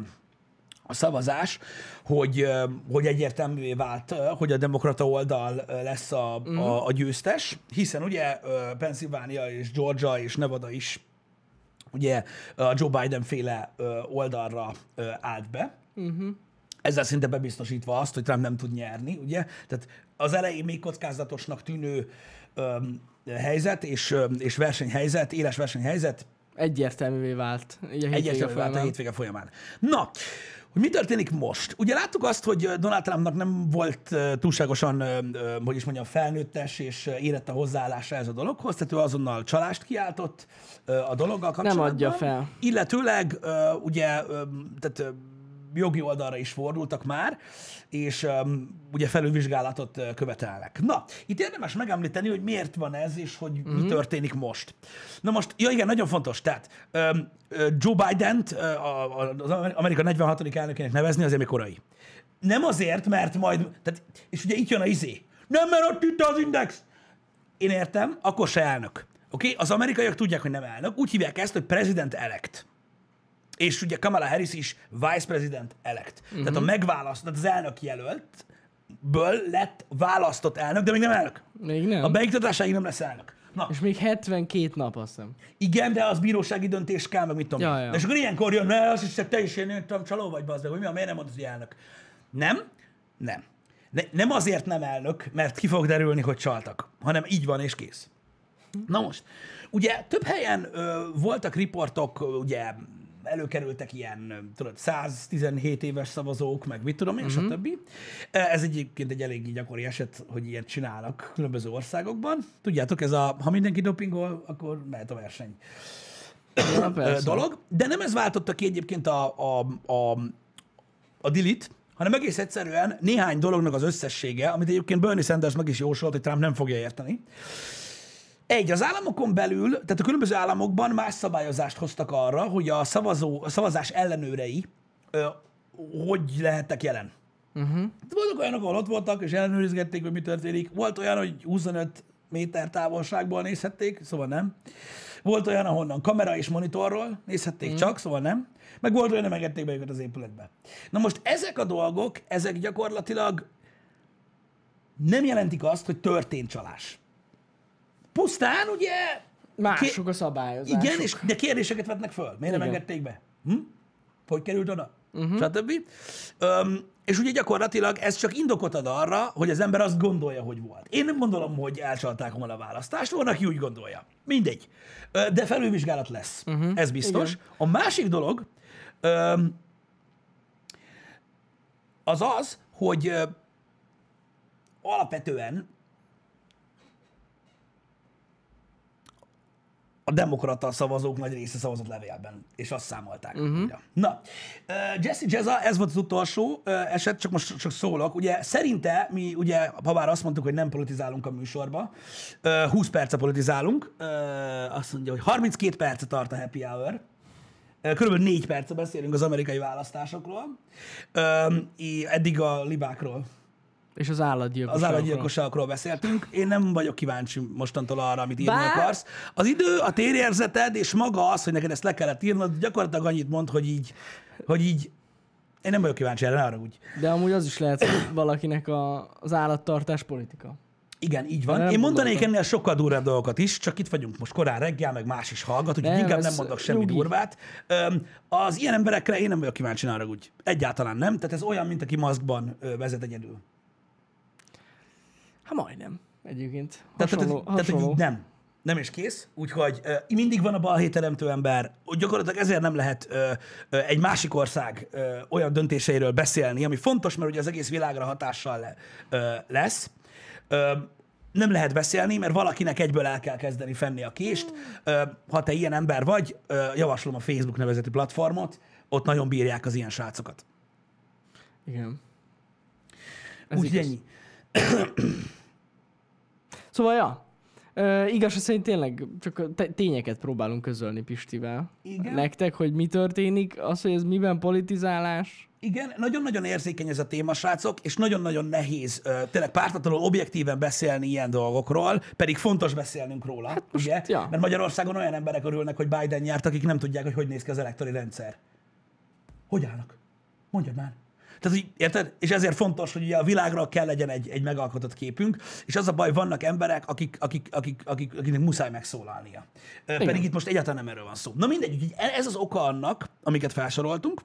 Speaker 1: a szavazás, hogy, ö, hogy egyértelművé vált, ö, hogy a demokrata oldal ö, lesz a,
Speaker 2: Mhm.
Speaker 1: mm. a, a győztes, hiszen ugye ö, Pennsylvania és Georgia és Nevada is ugye a Joe Biden féle ö, oldalra ö, állt be. Uh-huh. Ezzel szinte bebiztosítva azt, hogy Trump nem tud nyerni, ugye? Tehát az elején még kockázatosnak tűnő öm, helyzet és, öm, és versenyhelyzet, éles versenyhelyzet
Speaker 2: Egyértelművé vált. Így a
Speaker 1: egyértelmű
Speaker 2: hétvége
Speaker 1: vált a
Speaker 2: folyamán.
Speaker 1: hétvége folyamán. Na, hogy mi történik most? Ugye láttuk azt, hogy ö, Donald Trumpnak nem volt ö, túlságosan, ö, ö, hogy is mondjam, felnőttes és ö, érett a hozzáállása ez a dologhoz, tehát ő azonnal csalást kiáltott ö, a dologgal kapcsolatban.
Speaker 2: adja fel.
Speaker 1: Illetőleg ö, ugye, ö, tehát ö, jogi oldalra is fordultak már, és um, ugye felülvizsgálatot ö, követelnek. Na, itt érdemes megemlíteni, hogy miért van ez, és hogy mm-hmm.
Speaker 2: Mhm.
Speaker 1: mi történik most. Na most, ja igen, nagyon fontos, tehát um, Joe Biden-t ö, a- a- az Amerika 46. elnökének nevezni azért még korai. Nem azért, mert majd, tehát, és ugye itt jön a izé. Nem, mert ott itt az index. Én értem, akkor se elnök. Oké? Okay? Az amerikaiak tudják, hogy nem elnök. Úgy hívják ezt, hogy president elect. És ugye Kamala Harris is vice president elect.
Speaker 2: Mhm.
Speaker 1: Uh-huh. Tehát a megválaszt, tehát az elnök jelöltből lett választott elnök, de még nem elnök.
Speaker 2: Még nem.
Speaker 1: A beiktatásáig nem lesz elnök. Na,
Speaker 2: És még 72 nap, azt hiszem.
Speaker 1: igen, de az bírósági döntés kell, meg mit tudom.
Speaker 2: Ja,
Speaker 1: én.
Speaker 2: ja.
Speaker 1: De és akkor ilyenkor jön, mert azt is te is én nem tudom, csaló vagy bazd, meg, hogy mi a miért nem mondod, hogy elnök. Nem, nem. Ne, nem azért nem elnök, mert ki fog derülni, hogy csaltak, hanem így van és kész. Na most, ugye több helyen ö, voltak riportok, ö, ugye előkerültek ilyen, ö, tudod, 117 éves szavazók, meg mit tudom én, mm-hmm. stb. Ez egyébként egy eléggé gyakori eset, hogy ilyet csinálnak különböző országokban. Tudjátok, ez a, ha mindenki dopingol, akkor mehet a verseny
Speaker 2: Ja,
Speaker 1: ö,
Speaker 2: persze.
Speaker 1: dolog, de nem ez váltotta ki egyébként a, a, a, a dilit, hanem egész egyszerűen néhány dolognak az összessége, amit egyébként Bernie Sanders meg is jósolt, hogy Trump nem fogja érteni. Egy, az államokon belül, tehát a különböző államokban más szabályozást hoztak arra, hogy a, szavazó, a szavazás ellenőrei ö, hogy lehettek jelen. Uh-huh. Voltak olyanok, ahol ott voltak, és ellenőrizgették, hogy mi történik. Volt olyan, hogy 25 méter távolságból nézhették, szóval nem. Volt olyan, ahonnan kamera és monitorról nézhették mm. csak, szóval nem. Meg volt olyan, nem engedték be őket az épületbe. Na most ezek a dolgok, ezek gyakorlatilag nem jelentik azt, hogy történt csalás. Pusztán ugye...
Speaker 2: Mások a szabályozások.
Speaker 1: Igen, és de kérdéseket vetnek föl. Miért nem
Speaker 2: Igen.
Speaker 1: engedték be? Hm? Hogy került oda? Uh-huh. Stb. Öm, és ugye gyakorlatilag ez csak indokot ad arra, hogy az ember azt gondolja, hogy volt. Én nem gondolom, hogy elcsalták volna a választást, van, aki úgy gondolja. Mindegy. Ö, De felülvizsgálat lesz. Uh-huh. Ez biztos. Igen. A másik dolog öm, az az, hogy ö, alapvetően a demokrata szavazók nagy része szavazott levélben, és azt számolták. Uh-huh. Na, ö, Jesse Jezza, ez volt az utolsó ö, eset, csak most csak szólok. Ugye szerinte mi, ugye, ha bár azt mondtuk, hogy nem politizálunk a műsorba, ö, 20 perce politizálunk, ö, azt mondja, hogy 32 perce tart a happy hour, Ö, Körülbelül négy perce beszélünk az amerikai választásokról, Ö, í- eddig a libákról
Speaker 2: És az állatgyilkosságokról.
Speaker 1: az állatgyilkosságokról beszéltünk. Én nem vagyok kíváncsi mostantól arra, amit írni
Speaker 2: Bár-
Speaker 1: akarsz. Az idő, a térérzeted, és maga az, hogy neked ezt le kellett írnod, gyakorlatilag annyit mond, hogy így, hogy így én nem vagyok kíváncsi erre, arra úgy.
Speaker 2: De amúgy az is lehet hogy valakinek a, az állattartás politika.
Speaker 1: Igen, így van.
Speaker 2: Nem
Speaker 1: Én mondanék
Speaker 2: gondoltam.
Speaker 1: ennél sokkal durvább dolgokat is, csak itt vagyunk most korán reggel, meg más is hallgat, úgyhogy
Speaker 2: Nem,
Speaker 1: inkább nem
Speaker 2: ez
Speaker 1: mondok semmi
Speaker 2: nyugi.
Speaker 1: durvát. Öm, Az ilyen emberekre én nem vagyok kíváncsi, arra úgy. Egyáltalán nem. Tehát ez olyan, mint aki maszkban ö, vezet egyedül.
Speaker 2: Hát majdnem. Egyébként.
Speaker 1: Tehát,
Speaker 2: Hasonló.
Speaker 1: tehát, tehát, hogy
Speaker 2: hasonló.
Speaker 1: így nem. Nem és kész. Úgyhogy ö, mindig van a balhéteremtő ember. Úgy Gyakorlatilag ezért nem lehet ö, ö, egy másik ország ö, olyan döntéseiről beszélni, ami fontos, mert ugye az egész világra hatással le, ö, lesz. Ö, nem lehet beszélni, mert valakinek egyből el kell kezdeni fenni a kést. Ö, ha te ilyen ember vagy, ö, javaslom a Facebook nevezetű platformot, ott nagyon bírják az ilyen srácokat.
Speaker 2: Igen. Ez
Speaker 1: Úgyhogy
Speaker 2: igaz.
Speaker 1: ennyi.
Speaker 2: Szóval, ja. Ö, igaz, szerint tényleg csak a te- tényeket próbálunk közölni Pistivel.
Speaker 1: Igen.
Speaker 2: Nektek, hogy mi történik, az, hogy ez miben politizálás.
Speaker 1: Igen, nagyon-nagyon érzékeny ez a téma, srácok, és nagyon-nagyon nehéz ö, tényleg pártatlanul, objektíven beszélni ilyen dolgokról, pedig fontos beszélnünk róla, hát most, ugye?
Speaker 2: ja.
Speaker 1: Mert Magyarországon olyan emberek örülnek, hogy Biden nyert, akik nem tudják, hogy hogy néz ki az elektori rendszer. Hogy állnak? Mondjad már. Tehát, hogy, érted? És ezért fontos, hogy ugye a világról kell legyen egy, egy megalkotott képünk, és az a baj, vannak emberek, akik, akik, akik, akik, akiknek muszáj megszólalnia. Ö, Pedig itt most egyáltalán nem erről van szó. Na mindegy, úgyhogy ez az oka annak, amiket felsoroltunk,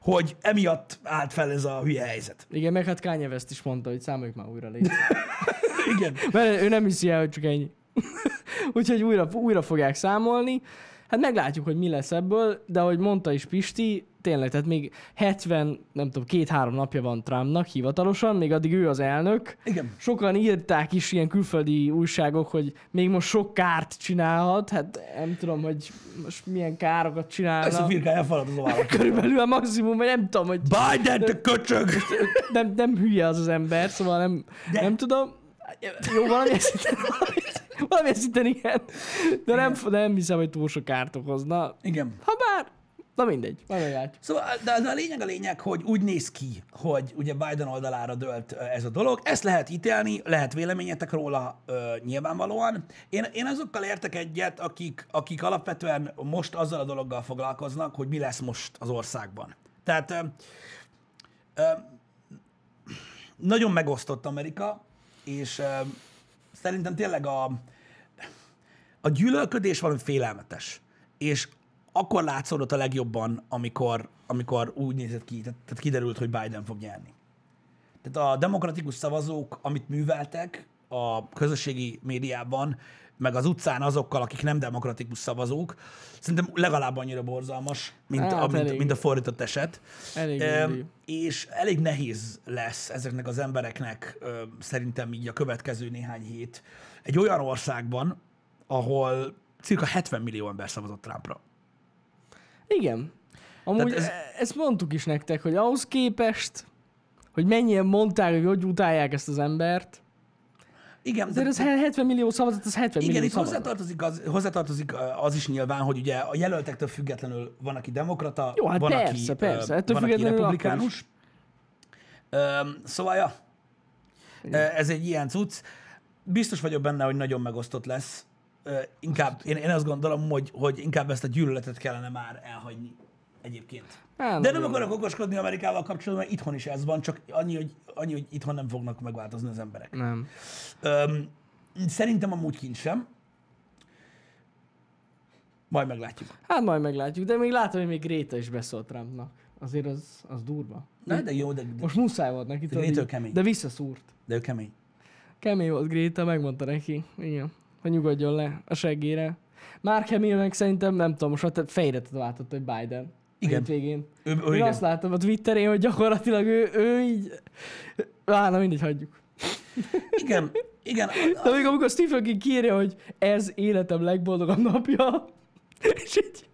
Speaker 1: hogy emiatt állt fel ez a hülye helyzet.
Speaker 2: Igen, meg hát Kanye West is mondta, hogy számoljuk már újra létre.
Speaker 1: Igen.
Speaker 2: Mert ő nem hiszi el, hogy csak ennyi. Úgyhogy újra, újra fogják számolni. Hát meglátjuk, hogy mi lesz ebből, de ahogy mondta is Pisti, tényleg, tehát még 70, nem tudom, két-három napja van Trumpnak hivatalosan, még addig ő az elnök.
Speaker 1: Igen.
Speaker 2: Sokan írták is ilyen külföldi újságok, hogy még most sok kárt csinálhat, hát nem tudom, hogy most milyen károkat
Speaker 1: Ezt a
Speaker 2: csinálna.
Speaker 1: firkáján falad az ovállat.
Speaker 2: Körülbelül a maximum, vagy nem tudom, hogy
Speaker 1: Biden, te köcsög!
Speaker 2: nem, nem hülye az az ember, szóval nem,
Speaker 1: De-
Speaker 2: De... nem tudom. Jó, valamilyen szinten, valamilyen- valamilyen szinten igen. De nem, nem hiszem, hogy túl sok kárt okozna.
Speaker 1: Igen.
Speaker 2: Ha bár, na mindegy, majd meglátjuk.
Speaker 1: Szóval, de, de a lényeg a lényeg, hogy úgy néz ki, hogy ugye Biden oldalára dölt ö, ez a dolog. Ezt lehet ítélni, lehet véleményetek róla ö, nyilvánvalóan. Én, én azokkal értek egyet, akik, akik alapvetően most azzal a dologgal foglalkoznak, hogy mi lesz most az országban. Tehát ö, ö, nagyon megosztott Amerika, és ö, szerintem tényleg a, a gyűlölködés valami félelmetes. És akkor látszódott a legjobban, amikor, amikor úgy nézett ki, tehát, tehát kiderült, hogy Biden fog nyerni. Tehát a demokratikus szavazók, amit műveltek a közösségi médiában, meg az utcán azokkal, akik nem demokratikus szavazók, szerintem legalább annyira borzalmas, mint,
Speaker 2: Hát
Speaker 1: a, mint,
Speaker 2: elég.
Speaker 1: mint a fordított eset.
Speaker 2: Elég
Speaker 1: Ö,
Speaker 2: um,
Speaker 1: és elég nehéz lesz ezeknek az embereknek ö, szerintem így a következő néhány hét egy olyan országban, ahol cirka 70 millió ember szavazott Trumpra.
Speaker 2: Igen. Amúgy
Speaker 1: ez-
Speaker 2: ez... ezt mondtuk is nektek, hogy ahhoz képest, hogy mennyien mondták, hogy hogy utálják ezt az embert,
Speaker 1: Igen,
Speaker 2: de
Speaker 1: de,
Speaker 2: ez 70 millió szavazat, az 70
Speaker 1: igen
Speaker 2: millió
Speaker 1: itt
Speaker 2: szavazat.
Speaker 1: hozzátartozik az, hozzátartozik ö, az is nyilván, hogy ugye a jelöltektől függetlenül van, aki demokrata,
Speaker 2: Jó, hát
Speaker 1: van,
Speaker 2: persze,
Speaker 1: aki, ö,
Speaker 2: persze. Ettől
Speaker 1: van, aki
Speaker 2: függetlenül akkor
Speaker 1: republikánus. Öm, szóval, ja, Ö, ez egy ilyen cucc. Biztos vagyok benne, hogy nagyon megosztott lesz. Ö, Inkább, én, én azt gondolom, hogy, hogy inkább ezt a gyűlöletet kellene már elhagyni egyébként.
Speaker 2: Hát,
Speaker 1: De nem akarok okoskodni Amerikával kapcsolatban, mert itthon is ez van, csak annyi, hogy, annyi, hogy itthon nem fognak megváltozni az emberek.
Speaker 2: Nem.
Speaker 1: Öm, szerintem amúgy kint sem. Majd meglátjuk.
Speaker 2: Hát majd meglátjuk, de még látom, hogy még Gréta is beszólt Trumpnak. Azért az, az durva.
Speaker 1: Na, de jó, de, de,
Speaker 2: Most muszáj volt neki. tudod,
Speaker 1: Gréta
Speaker 2: így-
Speaker 1: kemény.
Speaker 2: De visszaszúrt.
Speaker 1: de ő kemény.
Speaker 2: Kemény volt Gréta, megmondta neki. Igen. Hogy nyugodjon le a seggére. Már kemény, meg szerintem nem tudom, most ott fejre tetováltatta, hogy Biden.
Speaker 1: Igen.
Speaker 2: Végén.
Speaker 1: Ő, ő
Speaker 2: Én
Speaker 1: igen.
Speaker 2: azt látom a Twitterén, hogy gyakorlatilag ő, ő így... Á, na mindegy, hagyjuk.
Speaker 1: igen, igen,
Speaker 2: De még amikor Stephen King kiírja, hogy ez életem legboldogabb napja, és így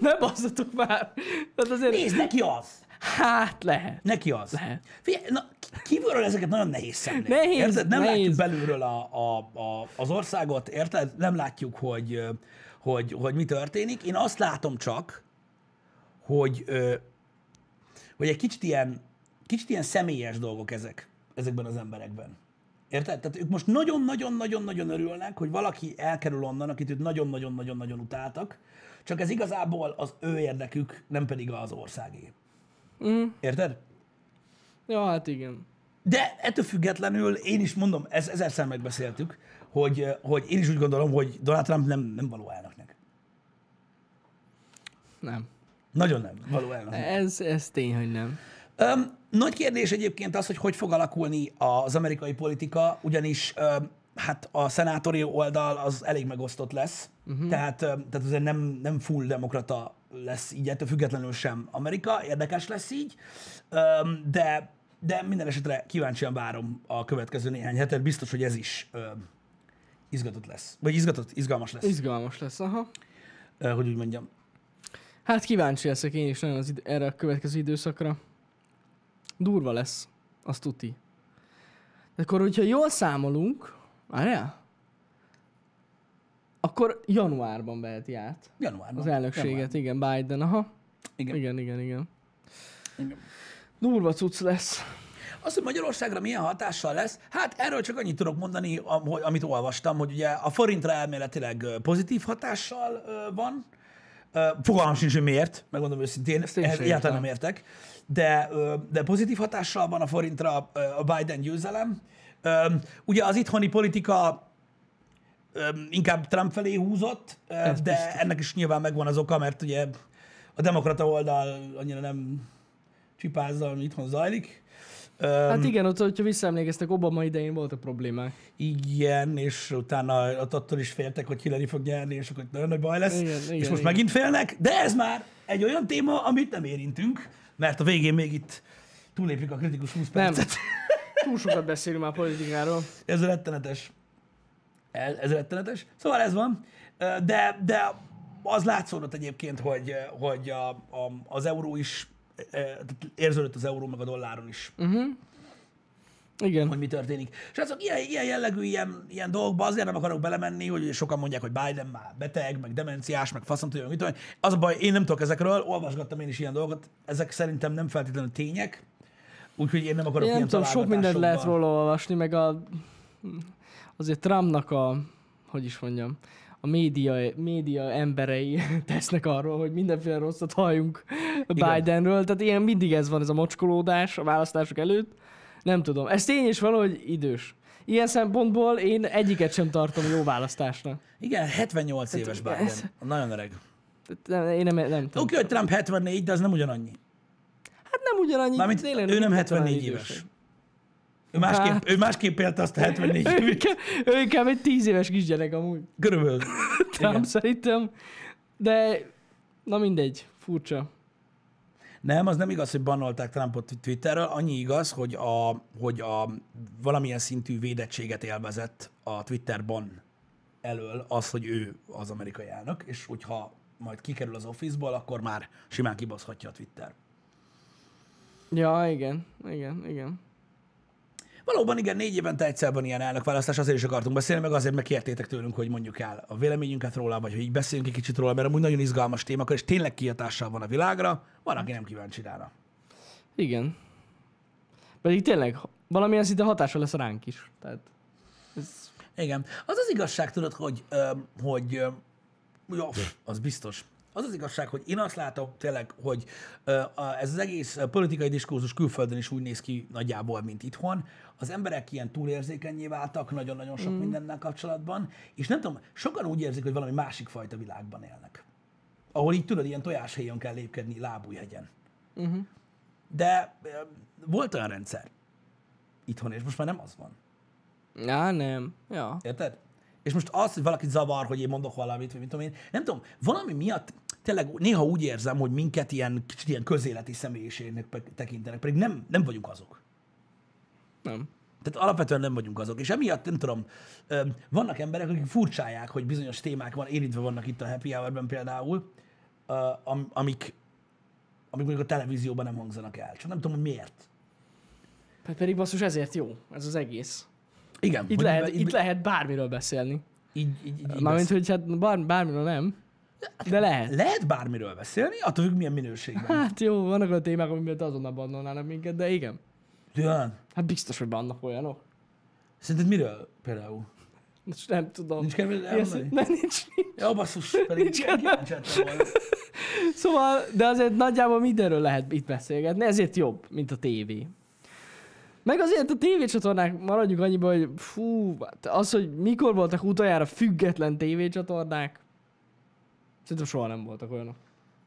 Speaker 2: ne basszatok már. Tehát azért,
Speaker 1: nézd, neki az.
Speaker 2: hát lehet.
Speaker 1: Neki az.
Speaker 2: Lehet.
Speaker 1: Figyelj, na, ki- kívülről ezeket nagyon nehéz szemlélni.
Speaker 2: Nehéz,
Speaker 1: érted? Nem
Speaker 2: nehéz.
Speaker 1: látjuk belülről a, a, a, az országot, érted? Nem látjuk, hogy, ö, hogy, hogy mi történik. Én azt látom csak, hogy, ö, hogy egy kicsit ilyen, kicsit ilyen személyes dolgok ezek, ezekben az emberekben. Érted? Tehát ők most nagyon-nagyon-nagyon-nagyon örülnek, hogy valaki elkerül onnan, akit ők nagyon-nagyon-nagyon-nagyon utáltak, csak ez igazából az ő érdekük, nem pedig az országé.
Speaker 2: Mm.
Speaker 1: Érted?
Speaker 2: Ja, hát igen.
Speaker 1: De ettől függetlenül én is mondom, ez ezerszer megbeszéltük, hogy, hogy én is úgy gondolom, hogy Donald Trump nem, nem való elnöknek.
Speaker 2: Nem.
Speaker 1: Nagyon nem való elnöknek.
Speaker 2: Ez, ez tény, hogy nem.
Speaker 1: Öm, nagy kérdés egyébként az, hogy hogy fog alakulni az amerikai politika, ugyanis öm, hát a szenátori oldal az elég megosztott lesz,
Speaker 2: Mhm.
Speaker 1: uh-huh. tehát, öm, tehát azért nem, nem full demokrata lesz így, ettől függetlenül sem Amerika, érdekes lesz így, öm, de, de minden esetre kíváncsian várom a következő néhány hetet, biztos, hogy ez is öm, izgatott lesz, vagy izgatott, izgalmas lesz,
Speaker 2: Izgalmas lesz, aha.
Speaker 1: Ö, hogy úgy mondjam.
Speaker 2: Hát kíváncsi leszek én is nagyon az id- erre a következő időszakra. Durva lesz, azt tuti. De akkor, hogyha jól számolunk, várjál, akkor januárban veheti át
Speaker 1: Januárban.
Speaker 2: az elnökséget, igen, Biden, aha.
Speaker 1: Igen.
Speaker 2: Igen, igen, igen. igen.
Speaker 1: Januárban.
Speaker 2: Durva cucc lesz.
Speaker 1: Az, hogy Magyarországra milyen hatással lesz, hát erről csak annyit tudok mondani, am- hogy- amit olvastam, hogy ugye a forintra elméletileg ö, pozitív hatással ö, van. Ö, Fogalmam sincs, hogy miért, megmondom őszintén,
Speaker 2: én
Speaker 1: ehhez
Speaker 2: sem
Speaker 1: egyáltalán nem értek, de, ö, de pozitív hatással van a forintra ö, a Biden győzelem. Ö, Ugye az itthoni politika ö, inkább Trump felé húzott, ö, de ennek is nyilván megvan az oka, mert ugye a demokrata oldal annyira nem csipázza, ami itthon zajlik. Ö,
Speaker 2: Hát igen, ott, hogyha visszaemlékeztek, Obama idején voltak problémák.
Speaker 1: igen, és utána ott attól is féltek, hogy Hillary fog nyerni, és akkor nagyon nagy baj lesz.
Speaker 2: Igen,
Speaker 1: és
Speaker 2: igen,
Speaker 1: most
Speaker 2: igen.
Speaker 1: megint félnek, de ez már egy olyan téma, amit nem érintünk, mert a végén még itt túlépjük a kritikus 20
Speaker 2: Nem.
Speaker 1: percet.
Speaker 2: Túl sokat beszélünk már politikáról.
Speaker 1: ez rettenetes. Ez, ez rettenetes. Szóval ez van. Ö, De, de az látszódott egyébként, hogy, hogy a, a, az euró is, ö, tehát érződött az euró meg a dolláron is
Speaker 2: Igen.
Speaker 1: hogy mi történik. És azok ilyen, ilyen jellegű ilyen, ilyen dolgokba azért nem akarok belemenni, hogy ugye sokan mondják, hogy Biden már beteg, meg demenciás, meg faszom tudja, mit tudom. én. Az a baj, én nem tudok ezekről, olvasgattam én is ilyen dolgot, ezek szerintem nem feltétlenül tények, úgyhogy én nem akarok
Speaker 2: Én
Speaker 1: ilyen
Speaker 2: nem tudom, sok mindent lehet
Speaker 1: találgatásokba-
Speaker 2: róla olvasni, meg a, azért Trumpnak a, hogy is mondjam, a média, média emberei tesznek arról, hogy mindenféle rosszat halljunk
Speaker 1: Igen.
Speaker 2: Bidenről. Tehát ilyen mindig ez van, ez a mocskolódás a választások előtt. Nem tudom. Ez tény is valahogy idős. Ilyen szempontból én egyiket sem tartom jó választásnak.
Speaker 1: Igen, 78 éves Biden.
Speaker 2: ez-
Speaker 1: Nagyon öreg.
Speaker 2: Tehát nem- Én nem, nem tudom.
Speaker 1: Oké, hogy Trump 74, de az nem ugyanannyi.
Speaker 2: Hát nem ugyanannyi.
Speaker 1: Mármint
Speaker 2: tényleg
Speaker 1: ő nem
Speaker 2: ugyanannyi
Speaker 1: 74 éves.
Speaker 2: időség.
Speaker 1: Ő másképp, ő másképp élte azt a 74
Speaker 2: Ő
Speaker 1: évig.
Speaker 2: inkább, ő inkább egy 10 éves kisgyerek amúgy.
Speaker 1: Körülbelül.
Speaker 2: Trump
Speaker 1: Igen.
Speaker 2: szerintem. De na mindegy, furcsa.
Speaker 1: Nem, az nem igaz, hogy bannolták Trumpot Twitterről. Annyi igaz, hogy, a, hogy a valamilyen szintű védettséget élvezett a Twitterban elől az, hogy ő az amerikai elnök, és hogyha majd kikerül az office-ból, akkor már simán kibaszhatja a Twitter.
Speaker 2: Ja, igen, igen, igen.
Speaker 1: Valóban igen, négy évente egyszer van ilyen elnökválasztás, azért is akartunk beszélni, meg azért, mert kértétek tőlünk, hogy mondjuk el a véleményünket róla, vagy hogy így beszéljünk egy kicsit róla, mert amúgy nagyon izgalmas témakör, és tényleg kihatással van a világra, van, aki nem kíváncsi rá.
Speaker 2: Igen. Pedig tényleg valamilyen szinte hatása lesz ránk is. Tehát ez
Speaker 1: Igen. Az az igazság, tudod, hogy, öm, hogy öm, jó, az biztos. Az az igazság, hogy én azt látom tényleg, hogy ö, a- ez az egész ö, politikai diskurzus külföldön is úgy néz ki nagyjából, mint itthon. Az emberek ilyen túlérzékenyé váltak nagyon-nagyon sok mm. mindennel kapcsolatban, és nem tudom, sokan úgy érzik, hogy valami másik fajta világban élnek. Ahol így tudod, ilyen tojáshelyen kell lépkedni lábújhegyen. De ö, volt olyan rendszer itthon, és most már nem az van.
Speaker 2: Á, nem. Ja.
Speaker 1: Érted? És most az, hogy valakit zavar, hogy én mondok valamit, vagy mit tudom én, nem tudom, valami miatt tényleg néha úgy érzem, hogy minket ilyen kicsit ilyen közéleti személyiségnek pe- tekintenek, pedig nem, nem vagyunk azok.
Speaker 2: Nem.
Speaker 1: Tehát alapvetően nem vagyunk azok. És emiatt nem tudom, ö, vannak emberek, akik furcsálják, hogy bizonyos témák van, érintve vannak itt a Happy Hour-ben például, ö, am- amik, amik mondjuk a televízióban nem hangzanak el. Csak nem tudom, hogy miért.
Speaker 2: Hát pedig basszus ezért jó, ez az egész.
Speaker 1: Igen.
Speaker 2: Itt,
Speaker 1: hogy
Speaker 2: lehet,
Speaker 1: így-
Speaker 2: itt, lehet bármiről beszélni.
Speaker 1: Így, így, így, így
Speaker 2: Mármint, hogy hát bár, bármiről nem, de lehet.
Speaker 1: Lehet bármiről beszélni, attól függ, milyen minőségben.
Speaker 2: Hát jó, vannak olyan témák, amiben azonnal bannolnának minket, de igen.
Speaker 1: Tudod?
Speaker 2: Hát biztos, hogy vannak olyanok.
Speaker 1: Szerinted miről például?
Speaker 2: Most nem tudom.
Speaker 1: Nincs kedved
Speaker 2: Mi az-
Speaker 1: elmondani?
Speaker 2: Nem, nincs.
Speaker 1: Ja, basszus, pedig
Speaker 2: Nincs kedvem.
Speaker 1: kíváncsi lettem volna.
Speaker 2: Szóval, de azért nagyjából mindenről lehet itt beszélgetni, ezért jobb, mint a tévé. Meg azért a tévécsatornák, maradjuk annyiba, hogy fú, hát az, hogy mikor voltak utoljára független tévécsatornák, szerintem soha nem voltak olyanok.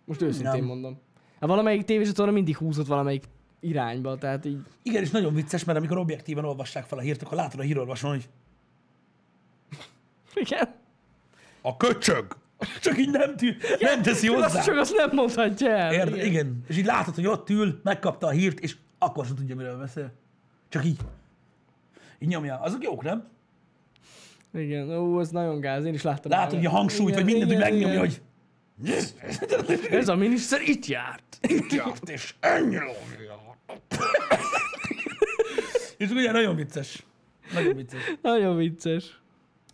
Speaker 2: Most őszintén
Speaker 1: nem.
Speaker 2: mondom. Hát valamelyik tévécsatorna mindig húzott valamelyik irányba, tehát így
Speaker 1: Igen, és nagyon vicces, mert amikor objektíven olvassák fel a hírt, akkor látod a hírolvasón, hogy
Speaker 2: igen.
Speaker 1: a köcsög! Csak így nem, tű, nem teszi hozzá.
Speaker 2: Azt csak azt nem mondhatja el.
Speaker 1: Érted? Igen. És így látod, hogy ott ül, megkapta a hírt, és akkor sem tudja, miről beszél. Csak így. Így nyomja. Azok jók, nem?
Speaker 2: igen. Ó, ez nagyon gáz, én is láttam.
Speaker 1: Látod, hogy a hangsúlyt, vagy mindent, hogy megnyomja, hogy
Speaker 2: Ez a miniszter itt járt.
Speaker 1: itt járt, és ennyi lóvja. És ugye nagyon vicces. Nagyon vicces.
Speaker 2: Nagyon vicces.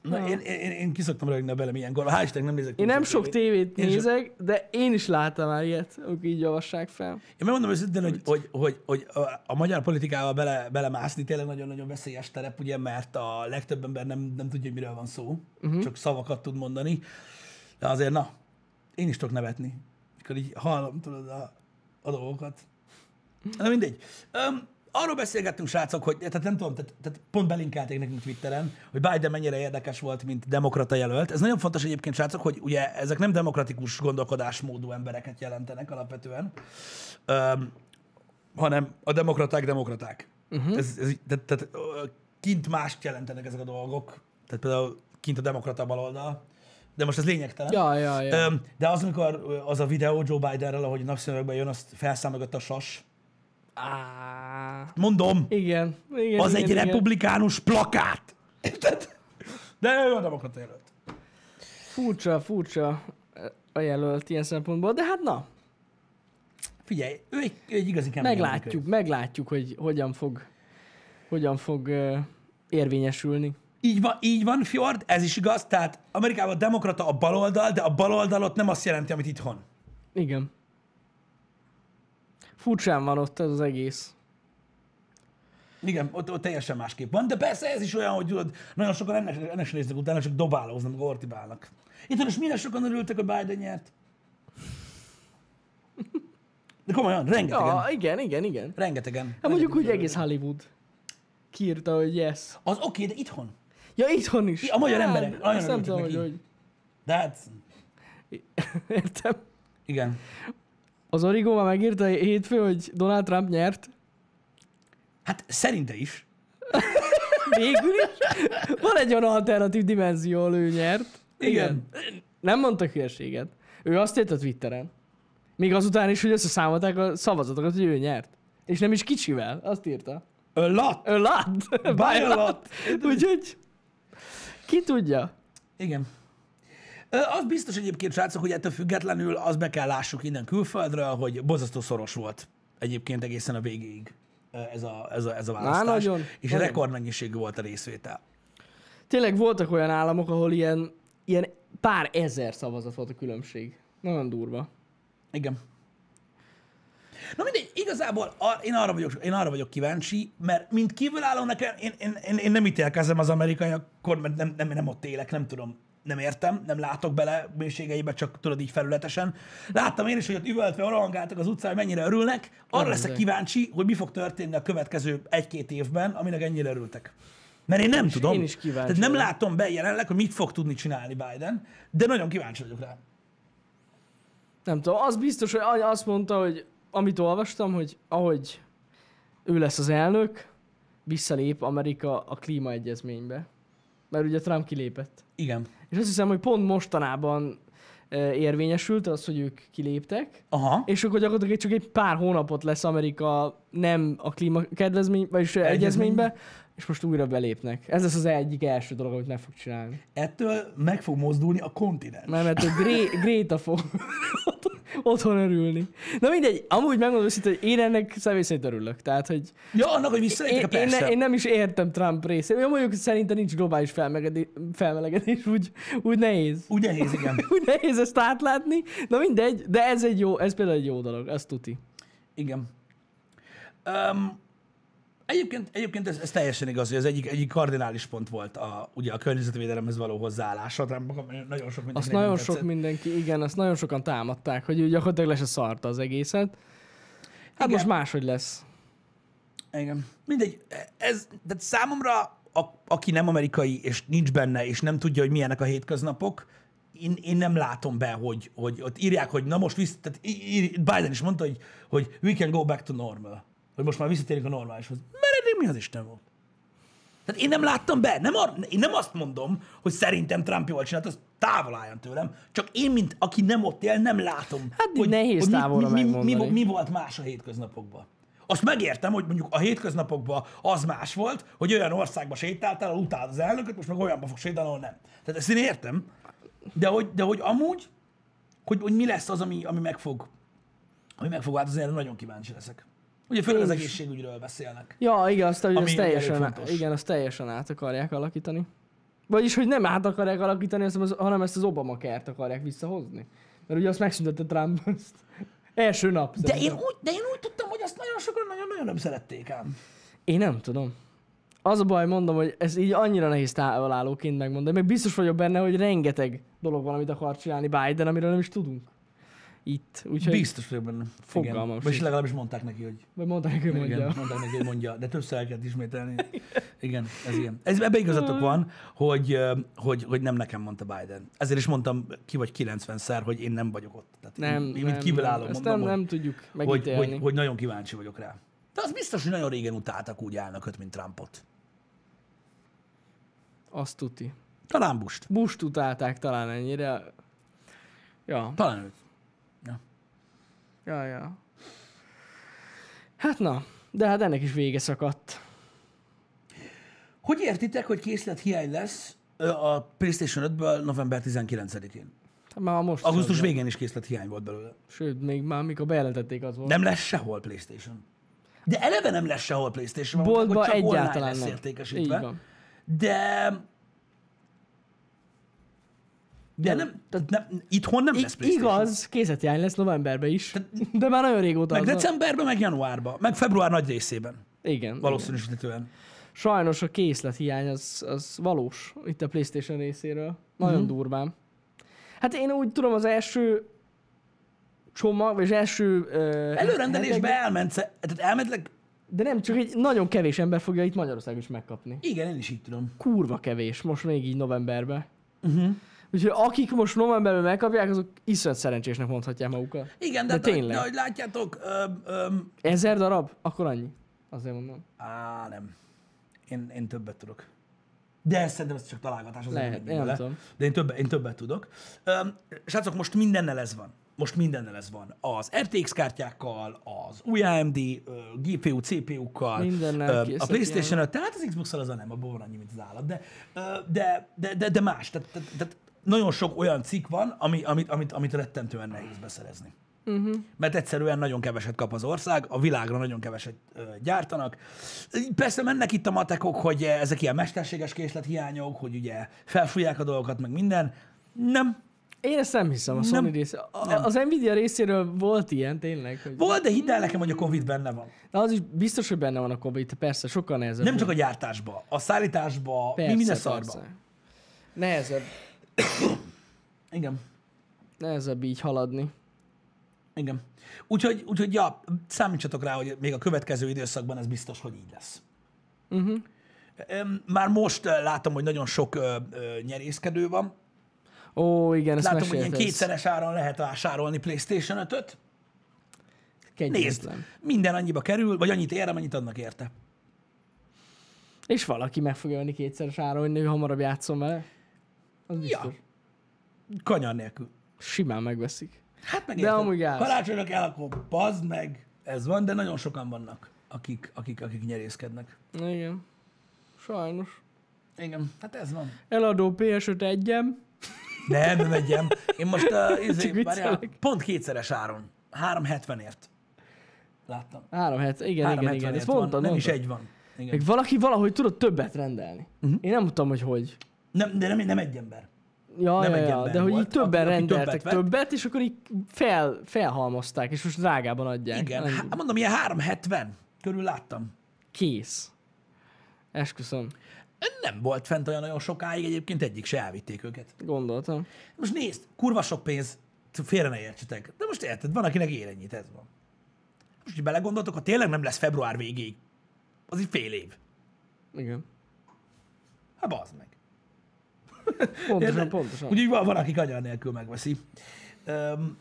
Speaker 1: Na, én, én, én, én kiszoktam rögni velem ilyenkor. Hál' Istennek nem nézek.
Speaker 2: Én
Speaker 1: túl
Speaker 2: nem sok tévét
Speaker 1: Én sem.
Speaker 2: nézek, de én is láttam már ilyet, amik így olvassák fel.
Speaker 1: Én megmondom őszintén, hogy, hogy, hogy, hogy a- a magyar politikával bele, belemászni tényleg nagyon-nagyon veszélyes terep, ugye, mert a legtöbb ember nem, nem tudja, hogy miről van szó,
Speaker 2: Mhm.
Speaker 1: uh-huh. csak szavakat tud mondani. De azért, na, én is tudok nevetni, mikor így hallom, tudod, a, a dolgokat. Na mindegy. Um, arról beszélgettünk, srácok, hogy tehát nem tudom, tehát, tehát pont belinkelték nekünk Twitteren, hogy Biden mennyire érdekes volt, mint demokrata jelölt. Ez nagyon fontos egyébként, srácok, hogy ugye ezek nem demokratikus gondolkodásmódú embereket jelentenek alapvetően, um, hanem a demokraták demokraták. Uh-huh. Ez, ez, tehát, tehát ö, kint mást jelentenek ezek a dolgok. Tehát például kint a demokrata baloldal, de most ez lényegtelen.
Speaker 2: Ja, ja, ja.
Speaker 1: Öm, De az, amikor ö, az a videó Joe Bidenrel, ahogy napszemekben jön, azt felszámogatta a sas.
Speaker 2: Á,
Speaker 1: Mondom,
Speaker 2: igen, igen.
Speaker 1: az
Speaker 2: igen,
Speaker 1: egy
Speaker 2: igen.
Speaker 1: republikánus plakát. Érted? De ő a demokrata jelölt.
Speaker 2: Furcsa, furcsa a jelölt ilyen szempontból, de hát na,
Speaker 1: Figyelj, ő egy, ő egy igazi kemény
Speaker 2: meglátjuk, meglátjuk, hogy hogyan fog, hogyan fog ö, érvényesülni.
Speaker 1: Így van, így van, Fjord, ez is igaz. Tehát Amerikában a demokrata a baloldal, de a baloldalot nem azt jelenti, amit itthon.
Speaker 2: Igen. Furcsán van ott ez az egész.
Speaker 1: Igen, ott, ott teljesen másképp van. De persze ez is olyan, hogy tudod, nagyon sokan ennek, ennek sem néznek utána, csak dobálóznak, meg ortibálnak. Itt is mire sokan örültek, hogy Biden nyert. De komolyan, rengetegen.
Speaker 2: Ja, igen, igen, igen.
Speaker 1: Rengetegen.
Speaker 2: Hát mondjuk úgy
Speaker 1: Rengetegen.
Speaker 2: egész Hollywood kiírta, hogy yes.
Speaker 1: Az oké, okay, de itthon.
Speaker 2: Ja, itthon is.
Speaker 1: Ja, a magyar
Speaker 2: Hát,
Speaker 1: emberek, nagyon
Speaker 2: azt nem
Speaker 1: örültek
Speaker 2: tudom, hogy,
Speaker 1: neki.
Speaker 2: hogy...
Speaker 1: De hát,
Speaker 2: Értem.
Speaker 1: igen.
Speaker 2: Az Origo már megírta hétfő, hogy Donald Trump nyert.
Speaker 1: Hát szerinte is.
Speaker 2: Végül is. Van egy olyan alternatív dimenzió, ahol ő nyert. Nem mondta hülyeséget. Ő azt írt a Twitteren. Még azután is, hogy összeszámolták a szavazatokat, hogy ő nyert. És nem is kicsivel, azt írta.
Speaker 1: A lot.
Speaker 2: A lot. By a lot. Úgyhogy ki tudja.
Speaker 1: Igen. Ö, Az biztos egyébként, srácok, hogy ettől függetlenül az be kell lássuk innen külföldről, hogy bozasztó szoros volt egyébként egészen a végéig ö, ez a, ez a, ez a választás.
Speaker 2: nagyon,
Speaker 1: és
Speaker 2: nagyon.
Speaker 1: rekordmennyiségű volt a részvétel.
Speaker 2: Tényleg voltak olyan államok, ahol ilyen, ilyen pár ezer szavazat volt a különbség. Nagyon durva.
Speaker 1: Igen. Na mindegy, igazából a, én, arra vagyok, én arra vagyok kíváncsi, mert mint kívülálló nekem, én, én, én, én nem ítélkezem az amerikaiakkor, mert nem, nem, nem ott élek, nem tudom, nem értem, nem látok bele mélységeibe, csak tudod így felületesen. Láttam én is, hogy ott üvöltve orangáltak az utcán, hogy mennyire örülnek. Arra
Speaker 2: Nem,
Speaker 1: leszek
Speaker 2: de-
Speaker 1: kíváncsi, hogy mi fog történni a következő egy-két évben, aminek ennyire örültek. Mert én nem tudom.
Speaker 2: én is kíváncsi
Speaker 1: Tehát nem
Speaker 2: vagyok.
Speaker 1: látom be jelenleg, hogy mit fog tudni csinálni Biden, de nagyon kíváncsi vagyok rá.
Speaker 2: Nem tudom, az biztos, hogy anya azt mondta, hogy amit olvastam, hogy ahogy ő lesz az elnök, visszalép Amerika a klímaegyezménybe. Mert ugye Trump kilépett.
Speaker 1: Igen.
Speaker 2: És azt hiszem, hogy pont mostanában eh, érvényesült az, hogy ők kiléptek,
Speaker 1: Aha.
Speaker 2: és akkor gyakorlatilag csak egy pár hónapot lesz Amerika nem a klímakedvezmény, vagyis egyezménybe, egyezménybe, és most újra belépnek. Ez lesz az egyik első dolog, amit meg fog csinálni.
Speaker 1: Ettől meg fog mozdulni a kontinens.
Speaker 2: Nem, mert hogy Gré- Gréta fog otthon örülni. Na mindegy, amúgy megmondom őszintén, hogy én ennek személy szerint örülök. Tehát, hogy
Speaker 1: Ja, annak, hogy
Speaker 2: én,
Speaker 1: visszaléptek,
Speaker 2: én,
Speaker 1: persze.
Speaker 2: ne, én nem is értem Trump részét. Jó, mondjuk szerintem nincs globális felmelegedé- felmelegedés, úgy, úgy nehéz.
Speaker 1: Úgy nehéz, igen.
Speaker 2: Úgy nehéz ezt átlátni. Na mindegy, de ez egy jó, ez például egy jó dolog, azt tuti.
Speaker 1: Igen. Um, egyébként, egyébként ez, ez, teljesen igaz, hogy az egyik, egyik kardinális pont volt a, ugye a környezetvédelemhez való hozzáállása. Trumpnak nagyon sok mindenkinek
Speaker 2: Azt
Speaker 1: nem
Speaker 2: nagyon
Speaker 1: tetszett.
Speaker 2: sok mindenki, igen, azt nagyon sokan támadták, hogy ő gyakorlatilag le se szarta az egészet. Hát
Speaker 1: Igen.
Speaker 2: most máshogy lesz.
Speaker 1: Igen. Mindegy, ez, de számomra, a, aki nem amerikai, és nincs benne, és nem tudja, hogy milyenek a hétköznapok, én, én nem látom be, hogy, hogy ott írják, hogy na most vissza, tehát í- ír, Biden is mondta, hogy, hogy we can go back to normal. Hogy most már visszatérünk a normálishoz. Mert eddig mi az Isten volt? Tehát én nem láttam be, nem ar- én nem azt mondom, hogy szerintem Trump jól csinált, az távol álljon tőlem, csak én, mint aki nem ott él, nem látom,
Speaker 2: Hát nehéz távolra
Speaker 1: mi, mi, mi, mi,
Speaker 2: megmondani.
Speaker 1: mi volt más a hétköznapokban. Azt megértem, hogy mondjuk a hétköznapokban az más volt, hogy olyan országba sétáltál, ahol utáld az elnököt, most meg olyanba fog sétálni, ahol nem. Tehát ezt én értem, de hogy, de hogy amúgy, hogy, hogy mi lesz az, ami, ami meg fog, ami meg fog változni, erre nagyon kíváncsi leszek. Ugye főleg az egészségügyről beszélnek.
Speaker 2: Ja, igen, azt, hogy
Speaker 1: Ami
Speaker 2: azt
Speaker 1: ugye elég
Speaker 2: teljesen, á-
Speaker 1: fontos.
Speaker 2: igen, azt teljesen át akarják alakítani. Vagyis, hogy nem át akarják alakítani, azt hiszem, az- hanem ezt az Obama kert akarják visszahozni. Mert ugye azt megszüntette Trump ezt. Első nap.
Speaker 1: De én,
Speaker 2: szerintem.
Speaker 1: úgy, de én úgy tudtam, hogy azt nagyon sokan nagyon-nagyon nem szerették ám.
Speaker 2: Én nem tudom. Az a baj, mondom, hogy ez így annyira nehéz távolállóként megmondani. Meg biztos vagyok benne, hogy rengeteg dolog van, amit akar csinálni Biden, amiről nem is tudunk. Itt. Úgyhogy Bizt.
Speaker 1: Biztos vagyok benne.
Speaker 2: Fogalmam
Speaker 1: Igen.
Speaker 2: sincs.
Speaker 1: Vagyis legalábbis mondták neki, hogy
Speaker 2: Vagy mondta neki, hogy
Speaker 1: Igen,
Speaker 2: mondja.
Speaker 1: mondták neki, hogy mondja, de többször el kellett ismételni. Igen, ez ilyen. Ez, ebbe igazatok van, hogy, ö, hogy, hogy nem nekem mondta Biden. Ezért is mondtam ki vagy 90-szer, hogy én nem vagyok ott. Tehát
Speaker 2: Nem,
Speaker 1: én, én
Speaker 2: nem,
Speaker 1: mint kívülálló
Speaker 2: nem. Ezt
Speaker 1: mondom,
Speaker 2: nem,
Speaker 1: hogy-
Speaker 2: nem tudjuk
Speaker 1: hogy,
Speaker 2: megítélni.
Speaker 1: hogy, hogy, nagyon kíváncsi vagyok rá. De az biztos, hogy nagyon régen utáltak úgy elnököt, mint Trumpot.
Speaker 2: Azt tuti.
Speaker 1: Talán Busht.
Speaker 2: Bust utálták talán ennyire. Ja.
Speaker 1: Talán őt.
Speaker 2: Ja, ja. Hát na, de hát ennek is vége szakadt.
Speaker 1: Hogy értitek, hogy készlethiány lesz ö, a PlayStation 5-ből november 19-én?
Speaker 2: Hát Már a most.
Speaker 1: Augusztus
Speaker 2: zöldben.
Speaker 1: végén is készlethiány volt belőle.
Speaker 2: Sőt, még már mikor bejelentették az volt.
Speaker 1: Nem lesz sehol PlayStation. De eleve nem lesz sehol PlayStation. mert
Speaker 2: Boltba
Speaker 1: mondták, hogy csak online
Speaker 2: egyáltalán
Speaker 1: lesz
Speaker 2: nem. Így
Speaker 1: értékesítve.
Speaker 2: van.
Speaker 1: De... De nem, tehát nem, itthon nem lesz
Speaker 2: I-
Speaker 1: PlayStation. Hát-
Speaker 2: igaz, készletjány lesz novemberben is, de már nagyon régóta
Speaker 1: Meg
Speaker 2: az a-
Speaker 1: decemberben, meg januárban, meg február nagy részében
Speaker 2: Igen. igen.
Speaker 1: valószínűsítetően.
Speaker 2: Sajnos a készlethiány az, az valós itt a Playstation részéről. Nagyon
Speaker 1: Mhm.
Speaker 2: durván. Hát én úgy tudom, az első csomag, vagy az első... Uh,
Speaker 1: Előrendelésbe elment, sze- tehát elmedleg,
Speaker 2: De nem, csak egy nagyon kevés ember fogja itt Magyarországon is megkapni.
Speaker 1: igen, én is így tudom.
Speaker 2: kurva kevés, most még így novemberben. Uh-huh.
Speaker 1: Mhm.
Speaker 2: Úgyhogy akik most novemberben megkapják, azok iszonyat szerencsésnek mondhatják magukat.
Speaker 1: Igen, de,
Speaker 2: De
Speaker 1: de,
Speaker 2: tényleg.
Speaker 1: de ahogy látjátok, öm, öm,
Speaker 2: Ezer darab? Akkor annyi. Azért mondom.
Speaker 1: á, nem. Én, én többet tudok. De ez szerintem ez csak találgatás. Az
Speaker 2: Lehet,
Speaker 1: ember
Speaker 2: én nem
Speaker 1: bele.
Speaker 2: tudom.
Speaker 1: De én többet, én többet tudok. Öm, srácok, most mindennel ez van. Most mindennel ez van. Az RTX kártyákkal, az új AMD, ö, GPU, CPU-kkal,
Speaker 2: Mindennel
Speaker 1: ö, a
Speaker 2: készítják.
Speaker 1: playstation -el, tehát az xbox az a nem, abban van annyi, mint az állat, de, ö, de, de, de, de más. Tehát, tehát, tehát nagyon sok olyan cikk van, ami, amit, amit, amit rettentően nehéz beszerezni.
Speaker 2: Mhm.
Speaker 1: Uh-huh. Mert egyszerűen nagyon keveset kap az ország, a világra nagyon keveset ö, gyártanak. Persze mennek itt a matekok, hogy ezek ilyen mesterséges készlethiányok, hogy ugye felfújják a dolgokat, meg minden. Nem.
Speaker 2: Én ezt nem hiszem a Sony nem, része. A, nem. Az Nvidia részéről volt ilyen tényleg. Hogy...
Speaker 1: Volt, de hidd el nekem, hogy a Covid benne van.
Speaker 2: Na az is biztos, hogy benne van a Covid, persze, sokkal nehezebb.
Speaker 1: Nem csak a gyártásba, a szállításba,
Speaker 2: persze,
Speaker 1: mi minden
Speaker 2: persze.
Speaker 1: szarba.
Speaker 2: Nehezebb,
Speaker 1: Igen,
Speaker 2: nehezebb így haladni.
Speaker 1: igen. Úgyhogy, úgyhogy ja, számítsatok rá, hogy még a következő időszakban ez biztos, hogy így lesz.
Speaker 2: Mhm.
Speaker 1: Uh-huh. Már most eh, látom, hogy nagyon sok ö, ö, nyerészkedő van.
Speaker 2: Ó, igen, ezt
Speaker 1: Látom, hogy ilyen
Speaker 2: mesélted.
Speaker 1: kétszeres áron lehet vásárolni PlayStation 5-öt. Nézd,
Speaker 2: Kegyetlen.
Speaker 1: minden annyiba kerül, vagy annyit ér, amennyit annak érte.
Speaker 2: És valaki meg fogja venni kétszeres áron, hogy nő hamarabb játszom vele. Az biztos. Ja.
Speaker 1: Kanyar nélkül.
Speaker 2: Simán megveszik.
Speaker 1: Hát meg érted,
Speaker 2: amúgy gáz.
Speaker 1: Karácsonynak el, akkor bazd meg, ez van, de nagyon sokan vannak, akik, akik, akik nyerészkednek.
Speaker 2: Igen. Sajnos.
Speaker 1: Igen, hát ez van.
Speaker 2: Eladó PS5 egyem.
Speaker 1: Nem, nem egyem. Én most uh, izé,
Speaker 2: Csak
Speaker 1: várjál,
Speaker 2: viccelek.
Speaker 1: pont kétszeres áron. 370-ért. Láttam.
Speaker 2: 370. Igen, igen,
Speaker 1: 370
Speaker 2: igen. Ezt
Speaker 1: van,
Speaker 2: mondtad,
Speaker 1: nem is
Speaker 2: mondtad.
Speaker 1: egy Mhm. van. Igen.
Speaker 2: Meg valaki valahogy tudott többet rendelni. Uh-huh. Én nem tudtam, hogy hogy.
Speaker 1: Nem, de nem, nem egy ember.
Speaker 2: Ja,
Speaker 1: Nem
Speaker 2: ja,
Speaker 1: egy
Speaker 2: ja,
Speaker 1: ember
Speaker 2: de hogy
Speaker 1: volt,
Speaker 2: így többen
Speaker 1: aki- aki többet
Speaker 2: rendeltek
Speaker 1: vett.
Speaker 2: többet, többet, és akkor így fel, felhalmozták, és most drágában adják.
Speaker 1: Igen,
Speaker 2: Nem-
Speaker 1: hát mondom, ilyen 370 körül láttam.
Speaker 2: Kész. Esküszöm.
Speaker 1: Nem volt fent olyan nagyon sokáig, egyébként egyik se elvitték őket.
Speaker 2: Gondoltam.
Speaker 1: Most nézd, kurva sok pénz, félre ne értsetek. De most érted, van, akinek ér ennyit, ez van. Most, hogy belegondoltok, ha tényleg nem lesz február végéig, az így fél év.
Speaker 2: Igen.
Speaker 1: Hát bazd meg.
Speaker 2: Pontosan,
Speaker 1: Érted?
Speaker 2: pontosan.
Speaker 1: Úgyhogy van, van, aki kanyar nélkül megveszi. Um,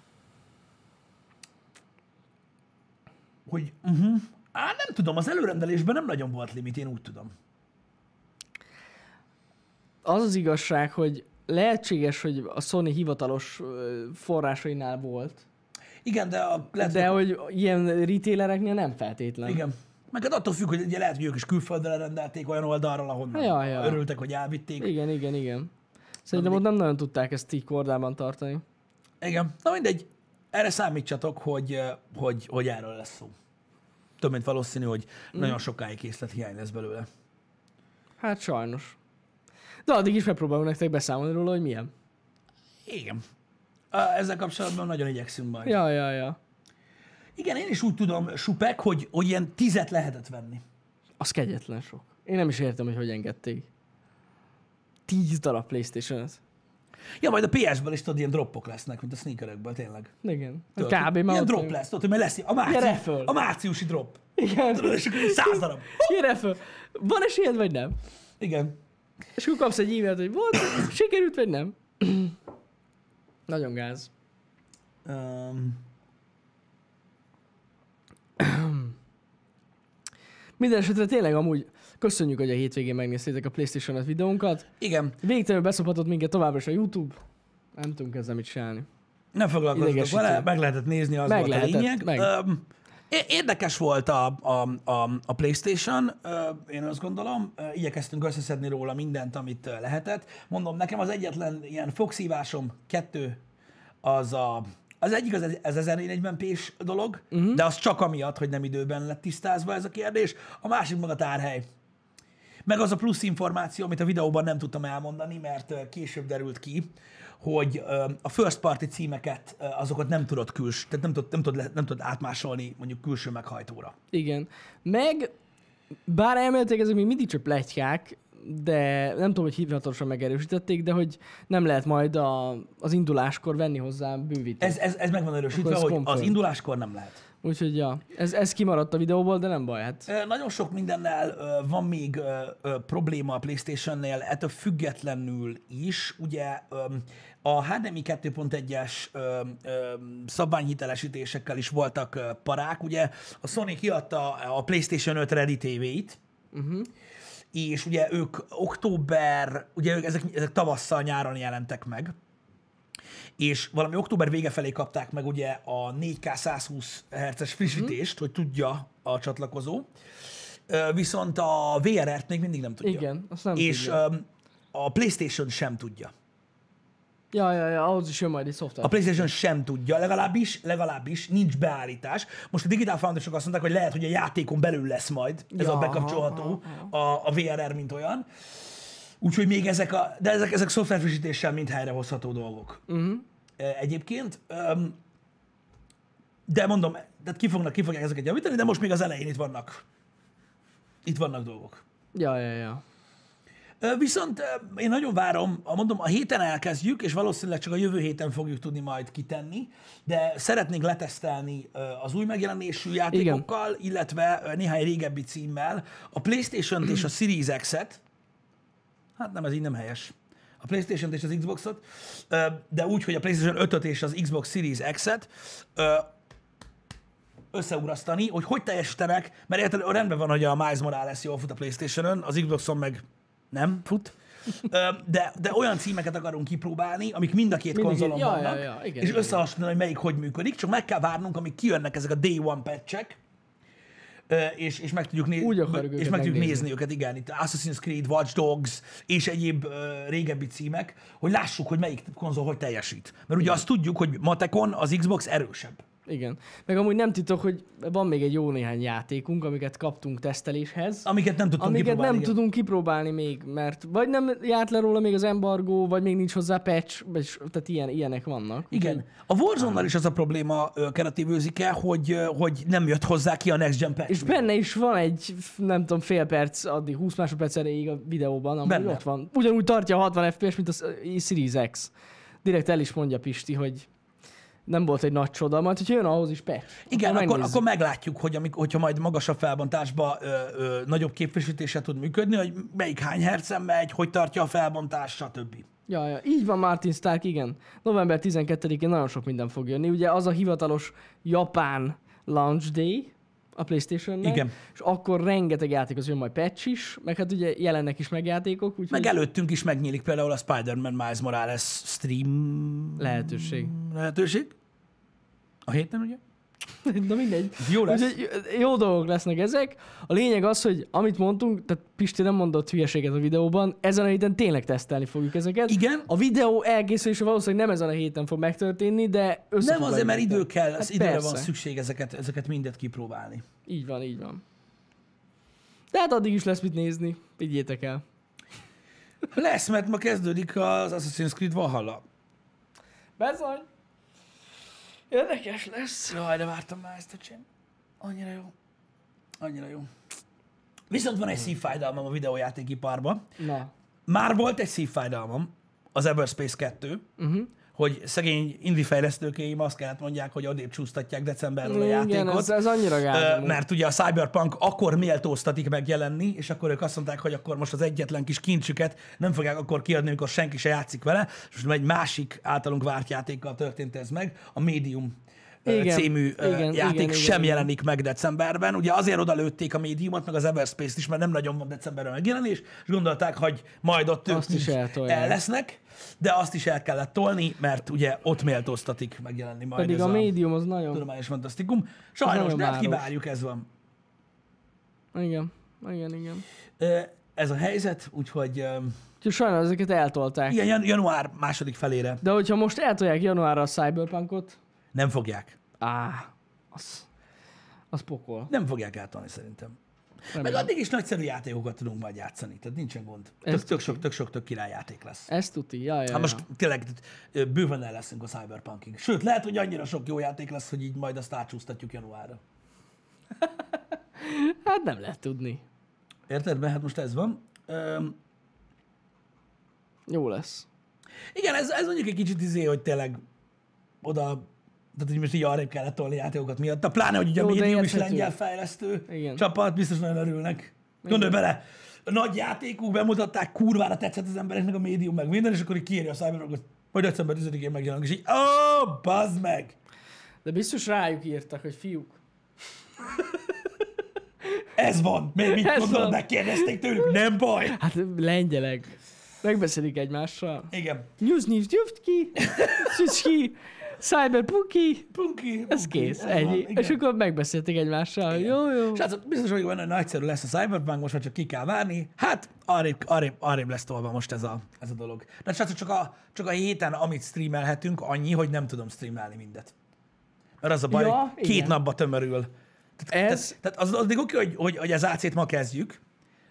Speaker 1: hogy, uh-huh. Á, nem tudom, az előrendelésben nem nagyon volt limit, én úgy tudom.
Speaker 2: az az igazság, hogy lehetséges, hogy a Sony hivatalos ö, forrásainál volt,
Speaker 1: Igen, de a, lehet,
Speaker 2: de
Speaker 1: hogy,
Speaker 2: hogy ilyen retailereknél nem feltétlen.
Speaker 1: igen. Meg hát attól függ, hogy ugye lehet, hogy ők is külföldre rendelték olyan oldalról, ahonnan
Speaker 2: Ja, ja.
Speaker 1: örültek, hogy elvitték.
Speaker 2: igen, igen. igen. Szerintem ott nem nagyon tudták ezt így kordában tartani.
Speaker 1: Igen. Na mindegy, erre számítsatok, hogy, eh, hogy, hogy erről lesz szó. Több mint valószínű, hogy
Speaker 2: Mhm.
Speaker 1: mm. nagyon sokáig készlethiány lesz belőle.
Speaker 2: Hát sajnos. De addig is megpróbálom nektek beszámolni róla, hogy milyen.
Speaker 1: Igen. Ö, Ezzel kapcsolatban nagyon igyekszünk majd.
Speaker 2: Ja, ja, ja.
Speaker 1: Igen, én is úgy tudom, Supek, hogy, hogy ilyen tizet lehetett venni.
Speaker 2: Az kegyetlen sok. Én nem is értem, hogy hogy engedték. Tíz darab playstation -et.
Speaker 1: Ja, majd a PS-ből is tudod, ilyen droppok lesznek, mint a sneakerekből, tényleg.
Speaker 2: Igen. Hát
Speaker 1: Tudod,
Speaker 2: kb. már
Speaker 1: Ilyen
Speaker 2: ott
Speaker 1: drop
Speaker 2: vagyunk.
Speaker 1: lesz, tudod, hogy majd lesz a,
Speaker 2: Gyere
Speaker 1: március,
Speaker 2: föl!
Speaker 1: a márciusi drop. Tudod,
Speaker 2: Igen.
Speaker 1: és akkor így száz darab.
Speaker 2: Gyere föl. Van esélyed, vagy nem?
Speaker 1: Igen.
Speaker 2: És akkor kapsz egy e-mailt, hogy volt, sikerült, vagy nem. Nagyon gáz.
Speaker 1: Um,
Speaker 2: Minden esetre tényleg amúgy köszönjük, hogy a hétvégén megnéztétek a PlayStation 5 videónkat.
Speaker 1: igen.
Speaker 2: Végtelenül beszophatott minket továbbra is a YouTube. Nem tudunk ezzel mit csinálni.
Speaker 1: Nem foglalkoztatok
Speaker 2: Idegesítő.
Speaker 1: vele, meg lehetett nézni, az meg
Speaker 2: Meg
Speaker 1: volt lehetett, a
Speaker 2: lehetett,
Speaker 1: lényeg.
Speaker 2: meg.
Speaker 1: Öm, é- érdekes volt a, a, a, a PlayStation, ö, én azt gondolom. Ö, Igyekeztünk összeszedni róla mindent, amit ö, lehetett. Mondom, nekem az egyetlen ilyen fogszívásom, kettő, az a az egyik az ez- ez 1040 p dolog,
Speaker 2: Mhm.
Speaker 1: uh-huh. de az csak amiatt, hogy nem időben lett tisztázva ez a kérdés. A másik meg a tárhely. Meg az a plusz információ, amit a videóban nem tudtam elmondani, mert ö, később derült ki, hogy ö, a first party címeket, ö, azokat nem tudod küls, tehát nem tudod, nem tudod, le- nem tudod átmásolni mondjuk külső meghajtóra.
Speaker 2: Igen. Meg, bár elméletileg ezek még mindig csak pletykák, de nem tudom, hogy hivatalosan megerősítették, de hogy nem lehet majd a, az induláskor venni hozzá
Speaker 1: Ez,
Speaker 2: bővítést.
Speaker 1: ez, ez meg van erősítve,
Speaker 2: Akkor ez
Speaker 1: hogy az
Speaker 2: confirm.
Speaker 1: induláskor nem lehet.
Speaker 2: Úgyhogy ja, ez, ez kimaradt a videóból, de nem baj, hát.
Speaker 1: Ö, Nagyon sok mindennel ö, van még ö, ö, probléma a PlayStation-nél, ettől függetlenül is. Ugye öm, a HDMI 2.1-es öm, öm, szabványhitelesítésekkel is voltak ö, parák. Ugye a Sony kiadta a PlayStation 5 Ready TV-t, és ugye ők október, ugye ők ezek, ezek tavasszal, nyáron jelentek meg, és valami október vége felé kapták meg ugye a 4K 120 Hz-es frissítést, hogy tudja a csatlakozó, Ö, viszont a VRR-t még mindig nem tudja.
Speaker 2: Igen, azt nem
Speaker 1: és
Speaker 2: tudja.
Speaker 1: öm, a PlayStation sem tudja.
Speaker 2: Ja, ja, ja, ahhoz is jön majd egy szoftver.
Speaker 1: A PlayStation sem tudja, legalábbis, legalábbis ninch beállítás. Most a Digital Foundation azt mondták, hogy lehet, hogy a játékon belül lesz majd ez ja, a
Speaker 2: Ja,
Speaker 1: bekapcsolható, a, a VRR, mint olyan. Úgyhogy még ezek a, de ezek, ezek szoftverfrissítéssel mind helyrehozható dolgok. Uh-huh. Egyébként, öm, de mondom, tehát ki, fognak, ki fogják ezeket javítani, de most még az elején itt vannak. Itt vannak dolgok.
Speaker 2: Ja, ja, ja.
Speaker 1: Ö, Viszont ö, én nagyon várom, a- mondom, a héten elkezdjük, és valószínűleg csak a jövő héten fogjuk tudni majd kitenni, de szeretnénk letesztelni ö, az új megjelenésű játékokkal, Igen. illetve ö, néhány régebbi címmel a playstation és a Series X-et. Hát nem, ez így nem helyes. A playstation és az Xbox-ot, ö, de úgy, hogy a PlayStation 5-öt és az Xbox Series X-et ö, összeugrasztani, hogy hogy teljesítenek, mert érted, rendben van, hogy a Miles Morales jól fut a Playstation-ön, az Xboxon meg nem fut, Ö, de, de olyan címeket akarunk kipróbálni, amik mind a két
Speaker 2: Mind a két-
Speaker 1: konzolon
Speaker 2: ja, ja,
Speaker 1: vannak,
Speaker 2: ja, igen,
Speaker 1: és
Speaker 2: igen.
Speaker 1: összehasonlítani, hogy melyik hogy működik, csak meg kell várnunk, amíg kijönnek ezek a day one patchek, Ö, és, és meg tudjuk, néz-
Speaker 2: Úgy akarjuk
Speaker 1: és
Speaker 2: őket
Speaker 1: meg tudjuk
Speaker 2: megnézni.
Speaker 1: nézni őket, igen, itt Assassin's Creed, Watch Dogs és egyéb ö, régebbi címek, hogy lássuk, hogy melyik konzol hogy teljesít. Mert ugye azt tudjuk, hogy matekon az Xbox erősebb.
Speaker 2: Igen. Meg amúgy nem titok, hogy van még egy jó néhány játékunk, amiket kaptunk teszteléshez.
Speaker 1: Amiket nem tudtunk
Speaker 2: Amiket
Speaker 1: kipróbálni.
Speaker 2: nem
Speaker 1: igen.
Speaker 2: tudunk kipróbálni még, mert vagy nem járt le róla még az embargó, vagy még nincs hozzá patch, vagy, tehát ilyen, ilyenek vannak.
Speaker 1: Igen. A Warzone-nal is az a probléma ö, keretívőzike, hogy, ö, hogy nem jött hozzá ki a Next Gen patch.
Speaker 2: És benne is van egy, f- nem tudom, fél perc addig, 20 másodperc erejéig a videóban, ami
Speaker 1: Benne.
Speaker 2: ott van. Ugyanúgy tartja a 60 FPS, mint a s- i- Series X. Direkt el is mondja Pisti, hogy nem volt egy nagy csoda, majd hogyha jön ahhoz is patch.
Speaker 1: Igen, akkor,
Speaker 2: megnézzük.
Speaker 1: akkor meglátjuk, hogy amik, hogyha majd magasabb felbontásba ö, ö, nagyobb képvisítése tud működni, hogy melyik hány hercen megy, hogy tartja a felbontást, stb.
Speaker 2: Ja, ja, így van Martin Stark, igen. November 12-én nagyon sok minden fog jönni. Ugye az a hivatalos Japán launch day a playstation
Speaker 1: Igen.
Speaker 2: És akkor rengeteg játék az jön majd patch is, meg hát ugye jelennek is meg játékok, úgyhogy
Speaker 1: Meg előttünk is megnyílik például a Spider-Man Miles Morales stream
Speaker 2: lehetőség.
Speaker 1: lehetőség. A héten, ugye?
Speaker 2: Na mindegy.
Speaker 1: Jó lesz.
Speaker 2: Úgyhogy jó dolgok lesznek ezek. A lényeg az, hogy amit mondtunk, tehát Pisti nem mondott hülyeséget a videóban, ezen a héten tényleg tesztelni fogjuk ezeket.
Speaker 1: Igen.
Speaker 2: A videó elkészülése valószínűleg nem ezen a héten fog megtörténni, de össze
Speaker 1: Nem
Speaker 2: fog
Speaker 1: azért, mert
Speaker 2: vágni.
Speaker 1: idő kell, az időre
Speaker 2: persze.
Speaker 1: van szükség ezeket, ezeket mindet kipróbálni.
Speaker 2: Így van, így van. De hát addig is lesz mit nézni, vigyétek el.
Speaker 1: Lesz, mert ma kezdődik az Assassin's Creed Valhalla.
Speaker 2: Bezony! Érdekes lesz.
Speaker 1: Jaj, de vártam már ezt a csém. Annyira jó. Annyira jó. Viszont van egy szívfájdalmam a videójátékiparban.
Speaker 2: Na,
Speaker 1: Már volt egy szívfájdalmam az Everspace 2,
Speaker 2: Mhm.
Speaker 1: uh-huh. hogy szegény indie fejlesztőkéim azt kellett mondják, hogy odébb csúsztatják decemberről a
Speaker 2: igen,
Speaker 1: játékot.
Speaker 2: ez, ez annyira
Speaker 1: Ö,
Speaker 2: gáz. amúgy.
Speaker 1: mert ugye a Cyberpunk akkor méltóztatik megjelenni, és akkor ők azt mondták, hogy akkor most az egyetlen kis kincsüket nem fogják akkor kiadni, amikor senki se játszik vele, és most egy másik általunk várt játékkal történt ez meg, a Medium ö,
Speaker 2: Igen,
Speaker 1: című ö,
Speaker 2: igen,
Speaker 1: játék
Speaker 2: igen, igen,
Speaker 1: sem
Speaker 2: igen.
Speaker 1: jelenik meg decemberben. Ugye azért odalőtték a médiumot, meg az Everspace-t is, mert nem nagyon van decemberben megjelenés, és gondolták, hogy majd ott ők
Speaker 2: Azt is
Speaker 1: így
Speaker 2: eltolják.
Speaker 1: el lesznek, de azt is el kellett tolni, mert ugye ott méltóztatik megjelenni majd
Speaker 2: Pedig
Speaker 1: ez
Speaker 2: a
Speaker 1: a,
Speaker 2: médium az nagyon...
Speaker 1: tudományos fantasztikum. Sajnos,
Speaker 2: nagyon
Speaker 1: de hát
Speaker 2: város.
Speaker 1: kivárjuk, ez van.
Speaker 2: Igen, igen, igen.
Speaker 1: Ö, ez a helyzet, úgyhogy ö,
Speaker 2: Úgyhogy sajnos ezeket eltolták.
Speaker 1: igen, jan- január második felére
Speaker 2: De hogyha most eltolják januárra a Cyberpunkot,
Speaker 1: nem fogják.
Speaker 2: á, az, az pokol.
Speaker 1: Nem fogják átolni szerintem. Meg
Speaker 2: Remélem.
Speaker 1: addig is nagyszerű játékokat tudunk majd játszani, tehát nincsen gond. Tök,
Speaker 2: Ez
Speaker 1: tök sok, tök sok, tök királyjáték lesz.
Speaker 2: Ez tuti, ja, ja,
Speaker 1: Hát
Speaker 2: most...
Speaker 1: most tényleg ö, bőven el leszünk a Cyberpunkig. Sőt, lehet, hogy annyira sok jó játék lesz, hogy így majd azt átsúsztatjuk januárra.
Speaker 2: Hát nem lehet tudni.
Speaker 1: Érted? Mert hát most ez van. Öm,
Speaker 2: Jó lesz.
Speaker 1: Igen, ez, ez mondjuk egy kicsit izé, hogy tényleg oda, tehát hogy most így arrébb kellett tolni játékokat miatt. A pláne, hogy ugye
Speaker 2: Jó,
Speaker 1: a
Speaker 2: de
Speaker 1: médium is
Speaker 2: érthető.
Speaker 1: lengyel fejlesztő
Speaker 2: Igen.
Speaker 1: csapat, biztos nagyon örülnek. Gondolj bele, a nagy játékuk, bemutatták, kurvára tetszett az embereknek a médium, meg minden, és akkor így kiírja a Cyberpunkot, hogy december 10-én megjelenik, és így, ó, oh, bazd meg!
Speaker 2: De biztos rájuk írtak, hogy fiúk.
Speaker 1: Ez van, még mit
Speaker 2: Ez
Speaker 1: gondolod,
Speaker 2: van.
Speaker 1: megkérdezték tőlük, nem baj.
Speaker 2: Hát lengyelek. Megbeszélik egymással.
Speaker 1: Igen.
Speaker 2: News news ki, ki, cyberpunki,
Speaker 1: Punki,
Speaker 2: ez
Speaker 1: punki,
Speaker 2: kész,
Speaker 1: ez van,
Speaker 2: ennyi.
Speaker 1: igen. hát
Speaker 2: És akkor megbeszélték egymással, hogy jó, jó.
Speaker 1: Srácok, biztos vagyok benne, hogy nagyszerű lesz a Cyberpunk, most már csak ki kell várni. Hát, arrébb, arrébb, arrébb lesz tolva most ez a, ez a dolog. De srácok, csak a, csak a héten, amit streamelhetünk, annyi, hogy nem tudom streamelni mindet. Mert az a baj,
Speaker 2: Ja,
Speaker 1: ja, két
Speaker 2: igen.
Speaker 1: napba tömörül. Tehát,
Speaker 2: Ez-
Speaker 1: tehát az addig oké, hogy, hogy, hogy az AC-t ma kezdjük,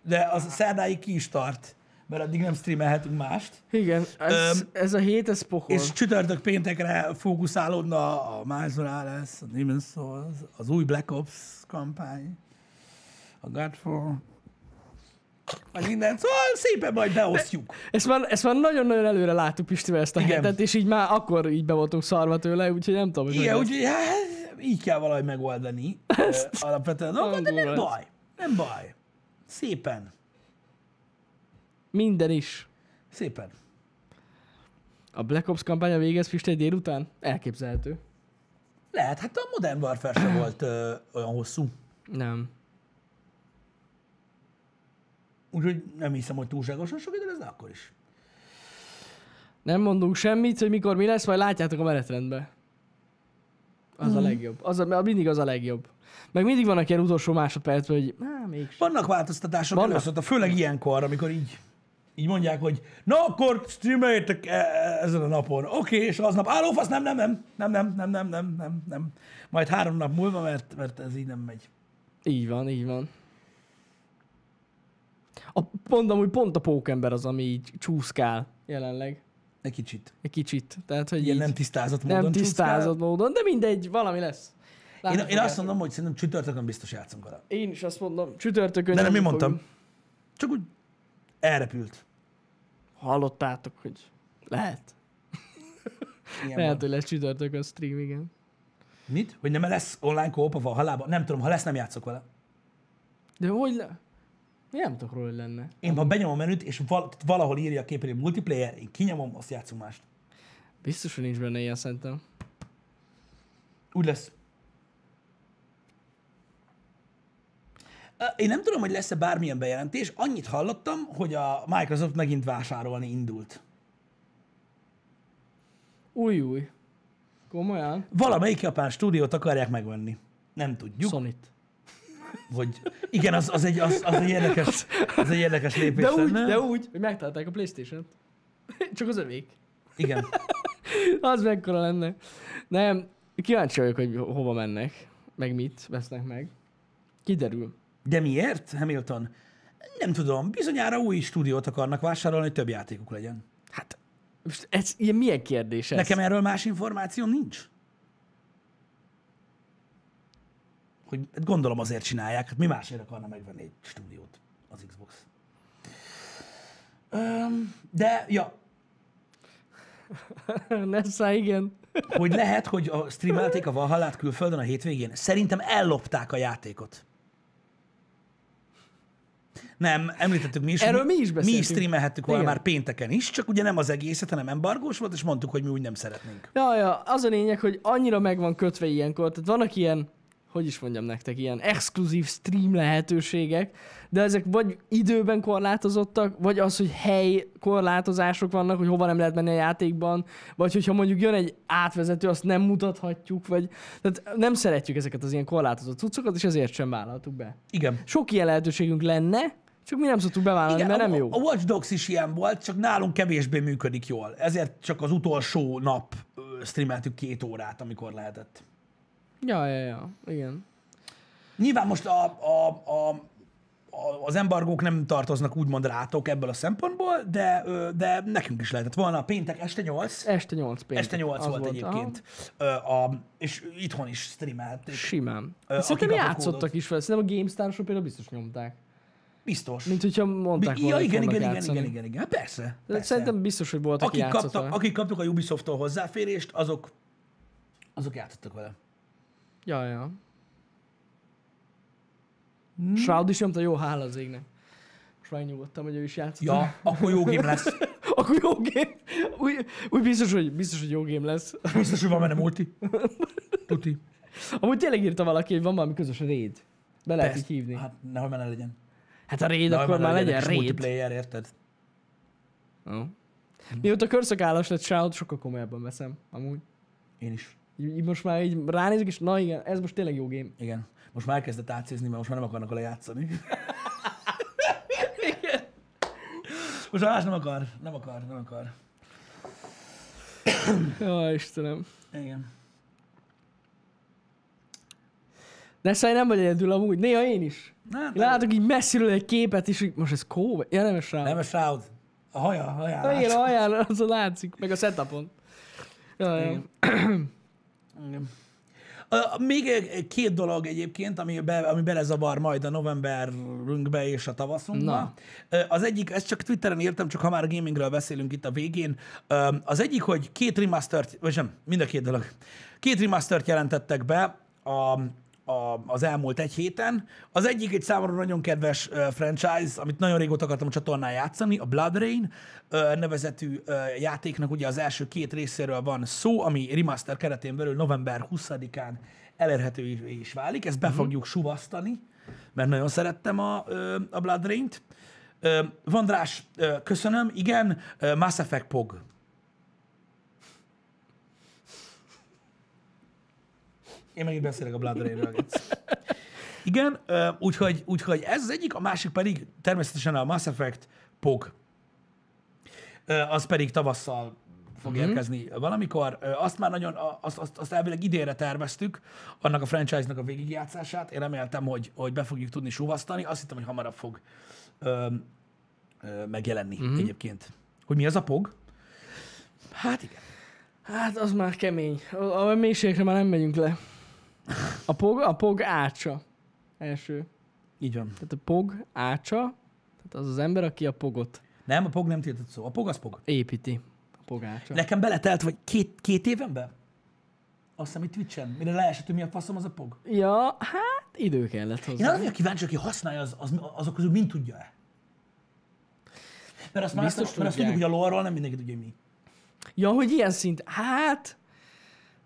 Speaker 1: de az szerdáig ki is tart. mert addig nem streamelhetünk mást.
Speaker 2: Igen, ez,
Speaker 1: Öm,
Speaker 2: ez a hét, ez pokol.
Speaker 1: És csütörtök péntekre fókuszálódna a Miles Morales, a Demon's Souls, az új Black Ops kampány, a Godfall, meg minden. Szóval szépen majd beosztjuk.
Speaker 2: Ezt már, ezt már nagyon-nagyon előre láttuk Pistivel ezt a
Speaker 1: Igen.
Speaker 2: Igen. hetet, és így már akkor így be voltunk szarva tőle, úgyhogy nem tudom, hogy
Speaker 1: Igen,
Speaker 2: hogy
Speaker 1: úgyhogy hát, így kell valahogy megoldani ö, alapvetően a dolgokat, de nem
Speaker 2: angol lesz.
Speaker 1: baj. Nem baj. Szépen.
Speaker 2: minden is.
Speaker 1: Szépen.
Speaker 2: A Black Ops kampánya végez Piste egy délután? Elképzelhető.
Speaker 1: Lehet, hát a Modern Warfare sem volt ö, olyan hosszú.
Speaker 2: Nem.
Speaker 1: Úgyhogy nem hiszem, hogy túlságosan sok idő lesz, de akkor is.
Speaker 2: Nem mondunk semmit, hogy mikor mi lesz, majd látjátok a menetrendbe. Az
Speaker 1: Mhm.
Speaker 2: a legjobb. Az a, mindig az a legjobb. Meg mindig vannak ilyen utolsó másodpercben, hogy már mégsem.
Speaker 1: Vannak változtatások
Speaker 2: Vannak.
Speaker 1: először, főleg ilyenkor, amikor így így mondják, hogy na akkor streameljétek e- e- ezen a napon. Oké, okay, és aznap állófasz, nem, nem, nem, nem, nem, nem, nem, nem, nem, nem. Majd három nap múlva, mert, mert ez így nem megy.
Speaker 2: Így van, így van. A, pont amúgy pont a pókember az, ami így csúszkál jelenleg.
Speaker 1: Egy kicsit.
Speaker 2: Egy kicsit. Tehát, hogy
Speaker 1: Ilyen
Speaker 2: így
Speaker 1: nem tisztázott módon.
Speaker 2: nem
Speaker 1: csúszkál.
Speaker 2: tisztázott módon, de mindegy, valami lesz. Látni
Speaker 1: Én, én
Speaker 2: fogjátok.
Speaker 1: azt mondom, hogy szerintem csütörtökön biztos játszunk arra.
Speaker 2: Én is azt mondom, csütörtökön.
Speaker 1: De nem én
Speaker 2: nyomni
Speaker 1: mondtam.
Speaker 2: fogjuk.
Speaker 1: Csak úgy elrepült.
Speaker 2: Hallottátok, hogy lehet.
Speaker 1: Ilyen
Speaker 2: Lehet,
Speaker 1: van.
Speaker 2: hogy lesz csütörtökön stream, igen.
Speaker 1: Mit? Hogy nem lesz online kóp a halában? Nem tudom, ha lesz, nem játszok vele.
Speaker 2: De hogy le... Én nem tudok róla, hogy lenne.
Speaker 1: Én ha benyomom a menüt, és val- tehát valahol írja a képen, hogy multiplayer, én kinyomom, azt játszunk mást.
Speaker 2: Biztos, hogy nincs benne ilyen szerintem.
Speaker 1: Úgy lesz. Ö, Én nem tudom, hogy lesz-e bármilyen bejelentés. Annyit hallottam, hogy a Microsoft megint vásárolni indult.
Speaker 2: Új, új. Komolyan?
Speaker 1: Valamelyik japán stúdiót akarják megvenni. Nem tudjuk, Szó.
Speaker 2: Sonit.
Speaker 1: hogy... Igen, az, az, egy, az, az, egy érdekes, az egy érdekes lépés
Speaker 2: De úgy,
Speaker 1: lenne.
Speaker 2: de úgy, hogy megtalálták a Playstation-t. Csak az övék.
Speaker 1: Igen.
Speaker 2: Az mekkora lenne. Nem, kíváncsi vagyok, hogy ho- hova mennek, meg mit vesznek meg. Kiderül.
Speaker 1: De miért, Hamilton? Nem tudom, bizonyára új stúdiót akarnak vásárolni, hogy több játékuk legyen.
Speaker 2: Hát, most ez ilyen milyen kérdés ez?
Speaker 1: Nekem erről más információm nincs. Hogy hát gondolom azért csinálják, hát mi másért akarna megvenni egy stúdiót az Xbox. Öm, de, ja,
Speaker 2: Nessa, igen.
Speaker 1: hogy lehet, hogy a streamelték a Valhallát külföldön a hétvégén. Szerintem ellopták a játékot. Nem, említettük mi is.
Speaker 2: Erről mi is
Speaker 1: Mi
Speaker 2: beszéltünk.
Speaker 1: is streamelhettük volna
Speaker 2: Igen.
Speaker 1: már pénteken is, csak ugye nem az egészet, hanem embargós volt, és mondtuk, hogy mi úgy nem szeretnénk.
Speaker 2: Ja, ja, az a lényeg, hogy annyira meg van kötve ilyenkor, tehát vannak ilyen, hogy is mondjam nektek, ilyen exkluzív stream lehetőségek, de ezek vagy időben korlátozottak, vagy az, hogy hely korlátozások vannak, hogy hova nem lehet menni a játékban, vagy hogyha mondjuk jön egy átvezető, azt nem mutathatjuk, vagy tehát nem szeretjük ezeket az ilyen korlátozott cuccokat, és ezért sem vállaltuk be.
Speaker 1: Igen.
Speaker 2: Sok ilyen lehetőségünk lenne, csak mi nem szoktuk bevállalni,
Speaker 1: Igen,
Speaker 2: Igen, mert
Speaker 1: a,
Speaker 2: nem jó.
Speaker 1: A Watch Dogs is ilyen volt, csak nálunk kevésbé működik jól. Ezért csak az utolsó nap ö, streameltük két órát, amikor lehetett.
Speaker 2: Ja, ja, ja, igen.
Speaker 1: Nyilván most a, a, a, a, az embargók nem tartoznak úgymond rátok ebből a szempontból, de, ö, de nekünk is lehetett volna. Péntek este 8.
Speaker 2: Este 8 péntek.
Speaker 1: Este 8
Speaker 2: az
Speaker 1: volt, volt
Speaker 2: aha.
Speaker 1: egyébként. Ö, a, és itthon is streamelték.
Speaker 2: Simán.
Speaker 1: Ö,
Speaker 2: Ö, Szerintem
Speaker 1: akik kaptak
Speaker 2: játszottak
Speaker 1: kódot.
Speaker 2: is fel. Szerintem a GameStar például biztos nyomták.
Speaker 1: Biztos.
Speaker 2: Mint hogyha mondták volna,
Speaker 1: ja,
Speaker 2: hogy
Speaker 1: igen,
Speaker 2: fognak
Speaker 1: igen, igen,
Speaker 2: játszani.
Speaker 1: igen, igen, igen. Hát Persze.
Speaker 2: De
Speaker 1: persze.
Speaker 2: Szerintem biztos, hogy volt, aki
Speaker 1: akik,
Speaker 2: játszott
Speaker 1: kaptak,
Speaker 2: kaptak,
Speaker 1: akik kaptak a Ubisofttól hozzáférést, azok, azok játszottak vele.
Speaker 2: Ja, ja.
Speaker 1: Hmm?
Speaker 2: Shroud is nyomta, jó, hála az égnek. Most már nyugodtam, hogy ő is játszott.
Speaker 1: Ja, akkor jó gém lesz.
Speaker 2: Akkor jó game. Úgy, úgy biztos, hogy, biztos, hogy jó game lesz.
Speaker 1: Biztos, hogy van benne multi. Tuti.
Speaker 2: Amúgy tényleg írta valaki, hogy van valami közös raid. Be lehet így
Speaker 1: Persze.
Speaker 2: hívni.
Speaker 1: Hát nehogy már ne legyen.
Speaker 2: Hát a raid,
Speaker 1: Nehogy
Speaker 2: akkor már
Speaker 1: ne
Speaker 2: legyen
Speaker 1: kis
Speaker 2: raid.
Speaker 1: multiplayer, érted?
Speaker 2: Ó. Mióta körszakállas lett Shroud, sokkal komolyabban veszem, amúgy.
Speaker 1: Én is.
Speaker 2: Így, így most már így ránézek, és na igen, ez most tényleg jó game.
Speaker 1: Igen. Most már elkezdett átszézni, mert most már nem akarnak vele játszani. Most már más nem akar. Nem akar, nem akar.
Speaker 2: Ja, Istenem.
Speaker 1: Igen.
Speaker 2: De szóval nem vagy egyedül amúgy, néha én is.
Speaker 1: Na,
Speaker 2: Én látok így messziről egy képet, és így, most ez kó? vagy- Ja, nem, ez rá.
Speaker 1: Nem a Shroud. A haja, a haján
Speaker 2: Na, igen,
Speaker 1: látsz.
Speaker 2: a haján azon látszik, meg a setupon. Jaj, jaj.
Speaker 1: Igen. Ö, Még egy- két dolog egyébként, ami, be, ami belezavar majd a novemberünkbe és a tavaszunkba.
Speaker 2: Na.
Speaker 1: Ö, Az egyik, ezt csak Twitteren írtam, csak ha már gamingről beszélünk itt a végén. Ö, Az egyik, hogy két remastert, vagy sem, mind a két dolog. Két remastert jelentettek be a, a, az elmúlt egy héten. Az egyik egy számomra nagyon kedves ö, franchise, amit nagyon régóta akartam a csatornán játszani, a Blood Rain ö, nevezetű ö, játéknak ugye az első két részéről van szó, ami remaster keretén belül november 20-án elérhető is válik. Ezt be fogjuk suvasztani, mert nagyon szerettem a, ö, a Blood Rain-t. Ö, Vandrás, ö, köszönöm. Igen, ö, Mass Effect Pog. Én megint beszélek a Blood Rain-ről. Geci. Igen, ö, úgyhogy, úgyhogy ez az egyik, a másik pedig természetesen a Mass Effect Pog. Ö, Az pedig tavasszal fog mm-hmm. érkezni valamikor. Ö, Azt már nagyon, a- azt, azt, azt elvileg idénre terveztük, annak a franchise-nak a végigjátszását. Én reméltem, hogy, hogy be fogjuk tudni súvasztani. Azt hittem, hogy hamarabb fog ö, ö, megjelenni mm-hmm. egyébként. Hogy mi az a pog? Hát igen.
Speaker 2: Hát az már kemény. A, a mélységekre már nem megyünk le. A pog, a pog ácsa. Első.
Speaker 1: Így van.
Speaker 2: Tehát a pog ácsa, tehát az az ember, aki a pogot
Speaker 1: Nem, a pog nem tiltott szó. A pog az pog.
Speaker 2: építi. A pog ácsa.
Speaker 1: Nekem beletelt, vagy két, két éven be? Azt hiszem, itt Twitch-en. Mire leesett, hogy mi a faszom az a pog?
Speaker 2: Ja, hát idő kellett
Speaker 1: Én
Speaker 2: hozzá.
Speaker 1: arra vagyok kíváncsi, aki használja, az, az, azok közül mind tudja-e? Mert azt már Biztos
Speaker 2: Biztos
Speaker 1: azt, mert azt
Speaker 2: tudják.
Speaker 1: tudjuk, hogy a lore nem mindenki tudja, hogy mi.
Speaker 2: Ja, hogy ilyen szint. Hát,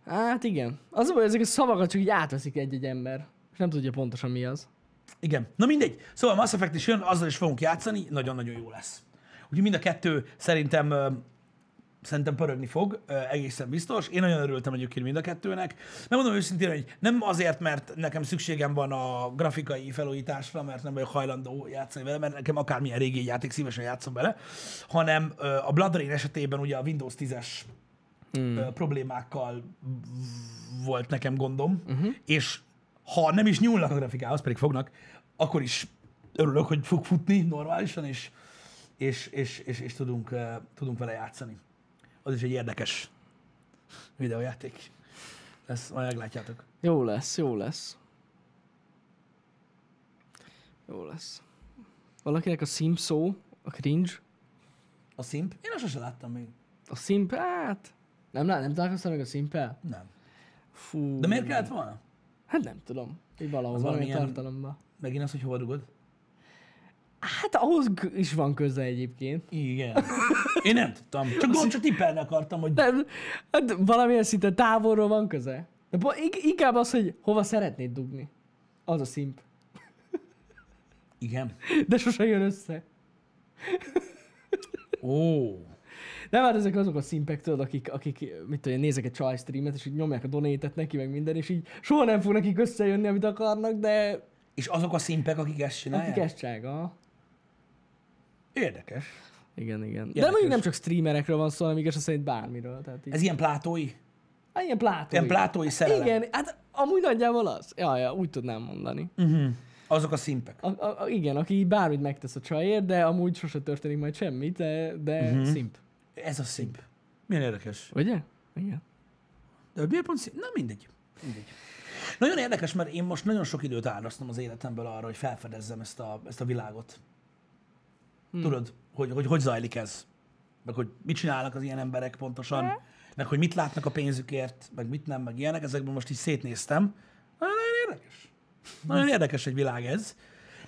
Speaker 2: hát igen. Az a baj, ezek a szavakat csak így átveszik egy-egy ember. És nem tudja pontosan mi az.
Speaker 1: Igen. Na mindegy. Szóval Mass Effect is jön, azzal is fogunk játszani, nagyon-nagyon jó lesz. Úgyhogy mind a kettő szerintem ö, szerintem pörögni fog, ö, egészen biztos. Én nagyon örültem egyébként mind a kettőnek. Nem mondom őszintén, hogy nem azért, mert nekem szükségem van a grafikai felújításra, mert nem vagyok hajlandó játszani vele, mert nekem akármilyen régi játék szívesen játszom vele, hanem ö, a Blood Rain esetében ugye a Windows 10-es ö, problémákkal volt nekem gondom,
Speaker 2: Mhm.
Speaker 1: uh-huh. és ha nem is nyúlnak a grafikához, pedig fognak, akkor is örülök, hogy fog futni normálisan, és, és, és, és, és tudunk, ö, tudunk vele játszani. Az is egy érdekes videójáték. Ezt majd meglátjátok.
Speaker 2: Jó lesz, jó lesz. Jó lesz. Valakinek a simp szó, a cringe,
Speaker 1: A szimp? Én azt sosem láttam még.
Speaker 2: a simp, hát... Nem, lá- nem találkoztam meg a simpel?
Speaker 1: Nem.
Speaker 2: Fú.
Speaker 1: De miért kellett volna?
Speaker 2: Hát nem tudom. Így valahol,
Speaker 1: Az
Speaker 2: valami
Speaker 1: valamilyen-
Speaker 2: tartalomban.
Speaker 1: Megint az, hogy hova dugod?
Speaker 2: Hát ahhoz g- is van köze egyébként.
Speaker 1: Igen. Én nem tudtam. Csak, gond, csak tippelni akartam, hogy
Speaker 2: Nem, hát valamilyen szinte távolról van köze. De bo- ig- inkább az, hogy hova szeretnéd dugni. Az a szimp.
Speaker 1: igen.
Speaker 2: De sose jön össze.
Speaker 1: Ó.
Speaker 2: Nem, hát ezek azok a szimpek, tudod, akik, akik mit tudom, én, nézek egy csaj streamet, és így nyomják a donétet neki, meg minden, és így soha nem fog nekik összejönni, amit akarnak, de
Speaker 1: És azok a szimpek, akik ezt csinálják?
Speaker 2: akik ezt csága.
Speaker 1: Érdekes.
Speaker 2: Igen, igen. De
Speaker 1: Érdekes.
Speaker 2: mondjuk nem csak streamerekről van szó, hanem igaz szerint bármiről. Tehát így.
Speaker 1: Ez ilyen plátói?
Speaker 2: Hát ilyen plátói.
Speaker 1: Ilyen plátói szerelem.
Speaker 2: Igen, hát amúgy nagyjából az. Ja, ja, úgy tudnám mondani.
Speaker 1: Uh-huh. Azok a szimpek.
Speaker 2: A, a, a, igen, aki így bármit megtesz a csajért, de amúgy sose történik majd semmi, de, de
Speaker 1: Mhm.
Speaker 2: uh-huh. szimp.
Speaker 1: Ez a szimp. Milyen érdekes.
Speaker 2: Ugye? Igen.
Speaker 1: De miért pont szín? Na mindegy. mindegy. Nagyon érdekes, mert én most nagyon sok időt áldoztam az életemből arra, hogy felfedezzem ezt a, ezt a világot. Hmm. Tudod, hogy, hogy hogy zajlik ez? Meg hogy mit csinálnak az ilyen emberek pontosan? Meg hogy mit látnak a pénzükért, meg mit nem, meg ilyenek. Ezekben most így szétnéztem. Nagyon, nagyon érdekes. Nagyon érdekes egy világ ez.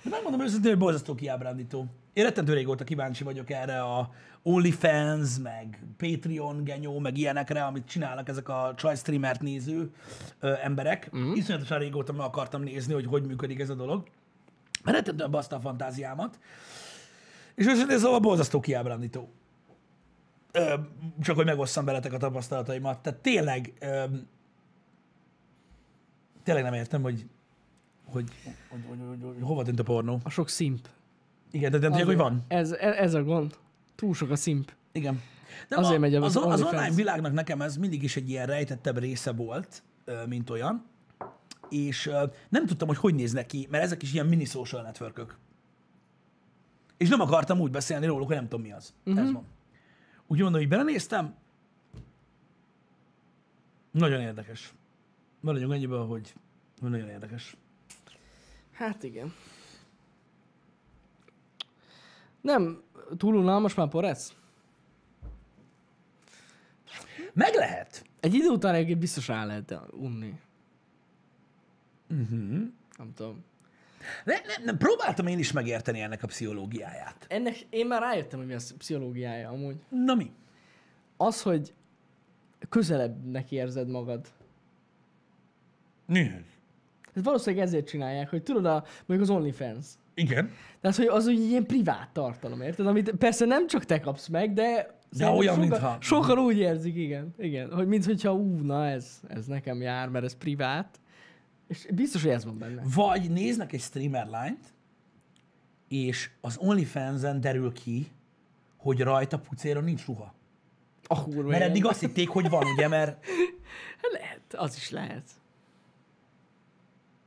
Speaker 1: De megmondom őszintén, hogy borzasztó kiábrándító. Én rettentő régóta kíváncsi vagyok erre a OnlyFans, meg Patreon genyó, meg ilyenekre, amit csinálnak ezek a csaj streamert néző ö, emberek. Mm. Iszonyatosan régóta meg akartam nézni, hogy hogy működik ez a dolog. Mert rettentően baszta a fantáziámat. És őszintén szóval borzasztó kiábrándító. Ö, csak hogy megosszam veletek a tapasztalataimat. Tehát tényleg, ö, tényleg nem értem, hogy hogy, hogy, hogy, hogy, hogy, hogy hova tűnt a pornó.
Speaker 2: A sok szimp.
Speaker 1: Igen, de nem tudják, hogy van.
Speaker 2: Ez, e, ez, ez a gond. Túl sok a szimp.
Speaker 1: Igen. De
Speaker 2: Azért megy el az
Speaker 1: az, az
Speaker 2: OnlyFans.
Speaker 1: online világnak nekem ez mindig is egy ilyen rejtettebb része volt, ö, mint olyan, és ö, nem tudtam, hogy hogy néz neki, mert ezek is ilyen mini social networkök. És nem akartam úgy beszélni róluk, hogy nem tudom mi az. Uh-huh.
Speaker 2: Mhm.
Speaker 1: Ez van. Úgy mondom, hogy belenéztem. Nagyon érdekes. Maradjunk annyiban, hogy hogy nagyon érdekes.
Speaker 2: Hát igen. Nem, túl unalmas már porec?
Speaker 1: Meg lehet.
Speaker 2: Egy idő után egyébként biztos rá lehet unni. Uh-huh.
Speaker 1: Mhm.
Speaker 2: Nem tudom.
Speaker 1: Ne, ne, ne, próbáltam én is megérteni ennek a pszichológiáját.
Speaker 2: Ennek én már rájöttem, hogy mi a pszichológiája amúgy.
Speaker 1: Na mi?
Speaker 2: Az, hogy közelebbnek érzed magad.
Speaker 1: Néhány.
Speaker 2: Tehát valószínűleg ezért csinálják, hogy tudod, a, mondjuk az OnlyFans.
Speaker 1: Igen.
Speaker 2: Tehát, hogy az úgy ilyen privát tartalom, érted? Amit persze nem csak te kapsz meg, de... szerintem
Speaker 1: olyan,
Speaker 2: sokan,
Speaker 1: mintha-
Speaker 2: Sokan úgy érzik, igen. Igen. Hogy mint hogyha ú, na ez, ez nekem jár, mert ez privát. És biztos, hogy ez van benne.
Speaker 1: Vagy néznek egy streamer lányt, és az OnlyFans-en derül ki, hogy rajta pucéra nincs ruha.
Speaker 2: A kurva
Speaker 1: Mert
Speaker 2: élet.
Speaker 1: eddig azt hitték, hogy van, ugye, mert
Speaker 2: Hát Lehet, az is lehet.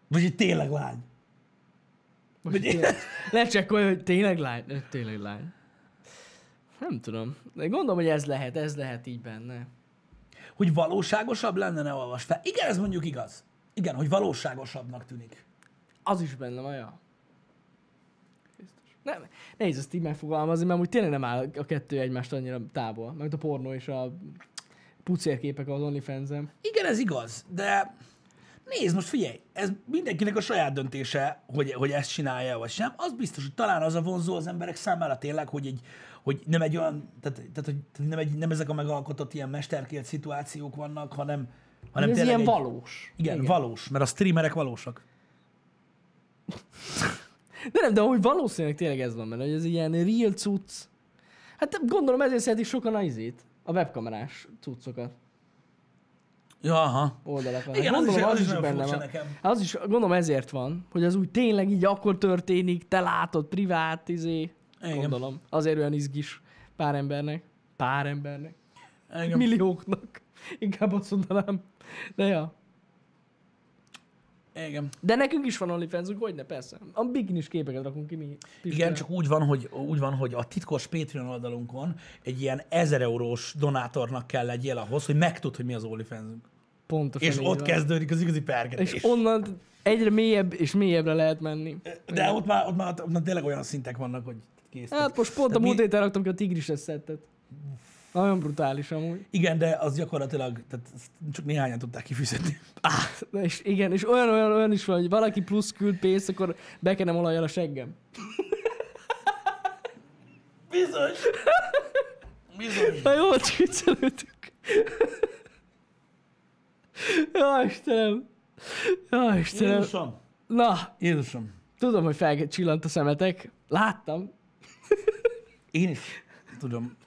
Speaker 1: vagy hogy tényleg lány.
Speaker 2: Most
Speaker 1: Ugye?
Speaker 2: tényleg- Lecsekkolj, hogy tényleg lány. Ö, Tényleg lány. Nem tudom. De gondolom, hogy ez lehet, ez lehet így benne.
Speaker 1: Hogy valóságosabb lenne, ne olvas fel. Igen, ez mondjuk igaz. Igen, hogy valóságosabbnak tűnik.
Speaker 2: Az is benne van, ja. Biztos. Nem, nehéz ezt így megfogalmazni, mert úgy tényleg nem áll a kettő egymást annyira távol. Meg a pornó és a pucérképek az onlyfans
Speaker 1: Igen, ez igaz, de nézd, most figyelj, ez mindenkinek a saját döntése, hogy, hogy ezt csinálja, vagy sem. Az biztos, hogy talán az a vonzó az emberek számára tényleg, hogy, egy, hogy nem egy olyan, tehát, tehát hogy tehát nem, egy, nem ezek a megalkotott ilyen mesterkélt szituációk vannak, hanem, hanem
Speaker 2: Ez
Speaker 1: tényleg
Speaker 2: ilyen
Speaker 1: egy,
Speaker 2: valós.
Speaker 1: igen, igen, valós, mert a streamerek valósak.
Speaker 2: De nem, de hogy valószínűleg tényleg ez van benne, hogy ez ilyen real cucc. Hát gondolom ezért szeretik sokan a izét, a webkamerás cuccokat,
Speaker 1: Ja, aha.
Speaker 2: oldalakat.
Speaker 1: Igen, az is-
Speaker 2: gondolom,
Speaker 1: az is nagyon
Speaker 2: benne
Speaker 1: furcsa
Speaker 2: van.
Speaker 1: nekem.
Speaker 2: Hát Az is, gondolom ezért van, hogy az úgy tényleg így akkor történik, te látod, privát, izé.
Speaker 1: Igen.
Speaker 2: Gondolom. Azért olyan izgis pár embernek. Pár embernek.
Speaker 1: Igen.
Speaker 2: Millióknak. Inkább azt mondanám. De ja.
Speaker 1: igen.
Speaker 2: De nekünk is van onlyfans hogy ne, persze. A bikinis képeket rakunk ki mi.
Speaker 1: Igen, csak úgy van, hogy, úgy van, hogy a titkos Patreon oldalunkon egy ilyen 1000 eurós donátornak kell legyél ahhoz, hogy megtudd, hogy mi az OnlyFans-ünk.
Speaker 2: Pontosan
Speaker 1: És
Speaker 2: így
Speaker 1: ott
Speaker 2: van.
Speaker 1: kezdődik az igazi pergetés.
Speaker 2: És onnan egyre mélyebb és mélyebbre lehet menni.
Speaker 1: De ott már, ott már ott már tényleg olyan szintek vannak, hogy kész.
Speaker 2: Hát most pont a
Speaker 1: Tehát mi-
Speaker 2: múlt héten raktam ki a tigrises szettet. Nagyon brutális amúgy.
Speaker 1: Igen, de az gyakorlatilag, tehát ezt csak néhányan tudták kifizetni.
Speaker 2: Na És igen, és olyan, olyan, olyan is van, hogy valaki plusz küld pénzt, akkor bekenem olajjal a seggem.
Speaker 1: Bizony! Bizony!
Speaker 2: Na jó, csak viccelődtünk. Jaj, Istenem. Jaj, Istenem.
Speaker 1: Jézusom!
Speaker 2: Na,
Speaker 1: Jézusom!
Speaker 2: tudom, hogy felcsillant a szemetek. Láttam.
Speaker 1: Én is tudom.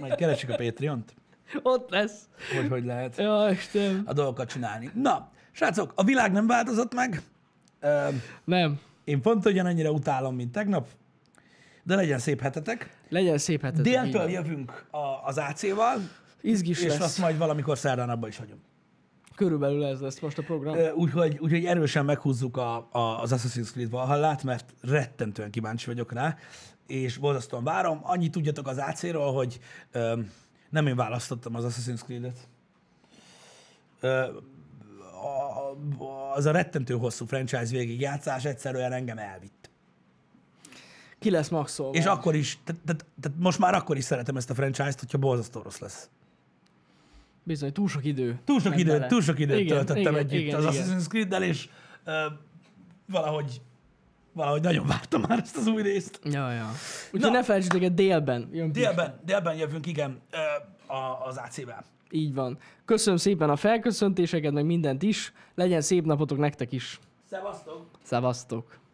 Speaker 1: Majd keresik a Patreon-t,
Speaker 2: Ott lesz.
Speaker 1: hogy hogy lehet
Speaker 2: Jaj, Istenem.
Speaker 1: a dolgokat csinálni. Na, srácok, a világ nem változott meg. Öm,
Speaker 2: Nem.
Speaker 1: Én pont ugyanannyira utálom, mint tegnap, de legyen szép hetetek.
Speaker 2: Legyen szép hetet.
Speaker 1: Déltől jövünk a, az AC-val,
Speaker 2: Izgis
Speaker 1: és azt
Speaker 2: lesz.
Speaker 1: majd valamikor szerdán abba is hagyom.
Speaker 2: Körülbelül ez lesz most a program.
Speaker 1: Ö, Úgyhogy, úgyhogy erősen meghúzzuk a, a, az Assassin's Creed Valhallát, mert rettentően kíváncsi vagyok rá, és borzasztóan várom. Annyit tudjatok az AC-ról, hogy ö, nem én választottam az Assassin's Creed-et. Ö, a- a- az a rettentő hosszú franchise végigjátszás egyszerűen engem elvitt.
Speaker 2: Ki lesz maxolva?
Speaker 1: És akkor is, tehát tehát- tehát most már akkor is szeretem ezt a franchise-t, hogyha borzasztó rossz lesz.
Speaker 2: Bizony, túl sok idő.
Speaker 1: Túl sok
Speaker 2: ment
Speaker 1: időt,
Speaker 2: bele.
Speaker 1: túl sok időt
Speaker 2: Igen,
Speaker 1: töltöttem
Speaker 2: igen,
Speaker 1: együtt
Speaker 2: igen,
Speaker 1: az
Speaker 2: igen.
Speaker 1: Assassin's Creed-del, és ö, valahogy, valahogy nagyon vártam már ezt az új részt.
Speaker 2: Ja, ja.
Speaker 1: Na.
Speaker 2: Úgyhogy ne felejtsétek el délben. Jön Dél...
Speaker 1: Délben, délben jövünk, igen, ö, a, az AC-vel.
Speaker 2: Így van. Köszönöm szépen a felköszöntéseket, meg mindent is. Legyen szép napotok nektek is.
Speaker 1: Szevasztok!
Speaker 2: Szevasztok.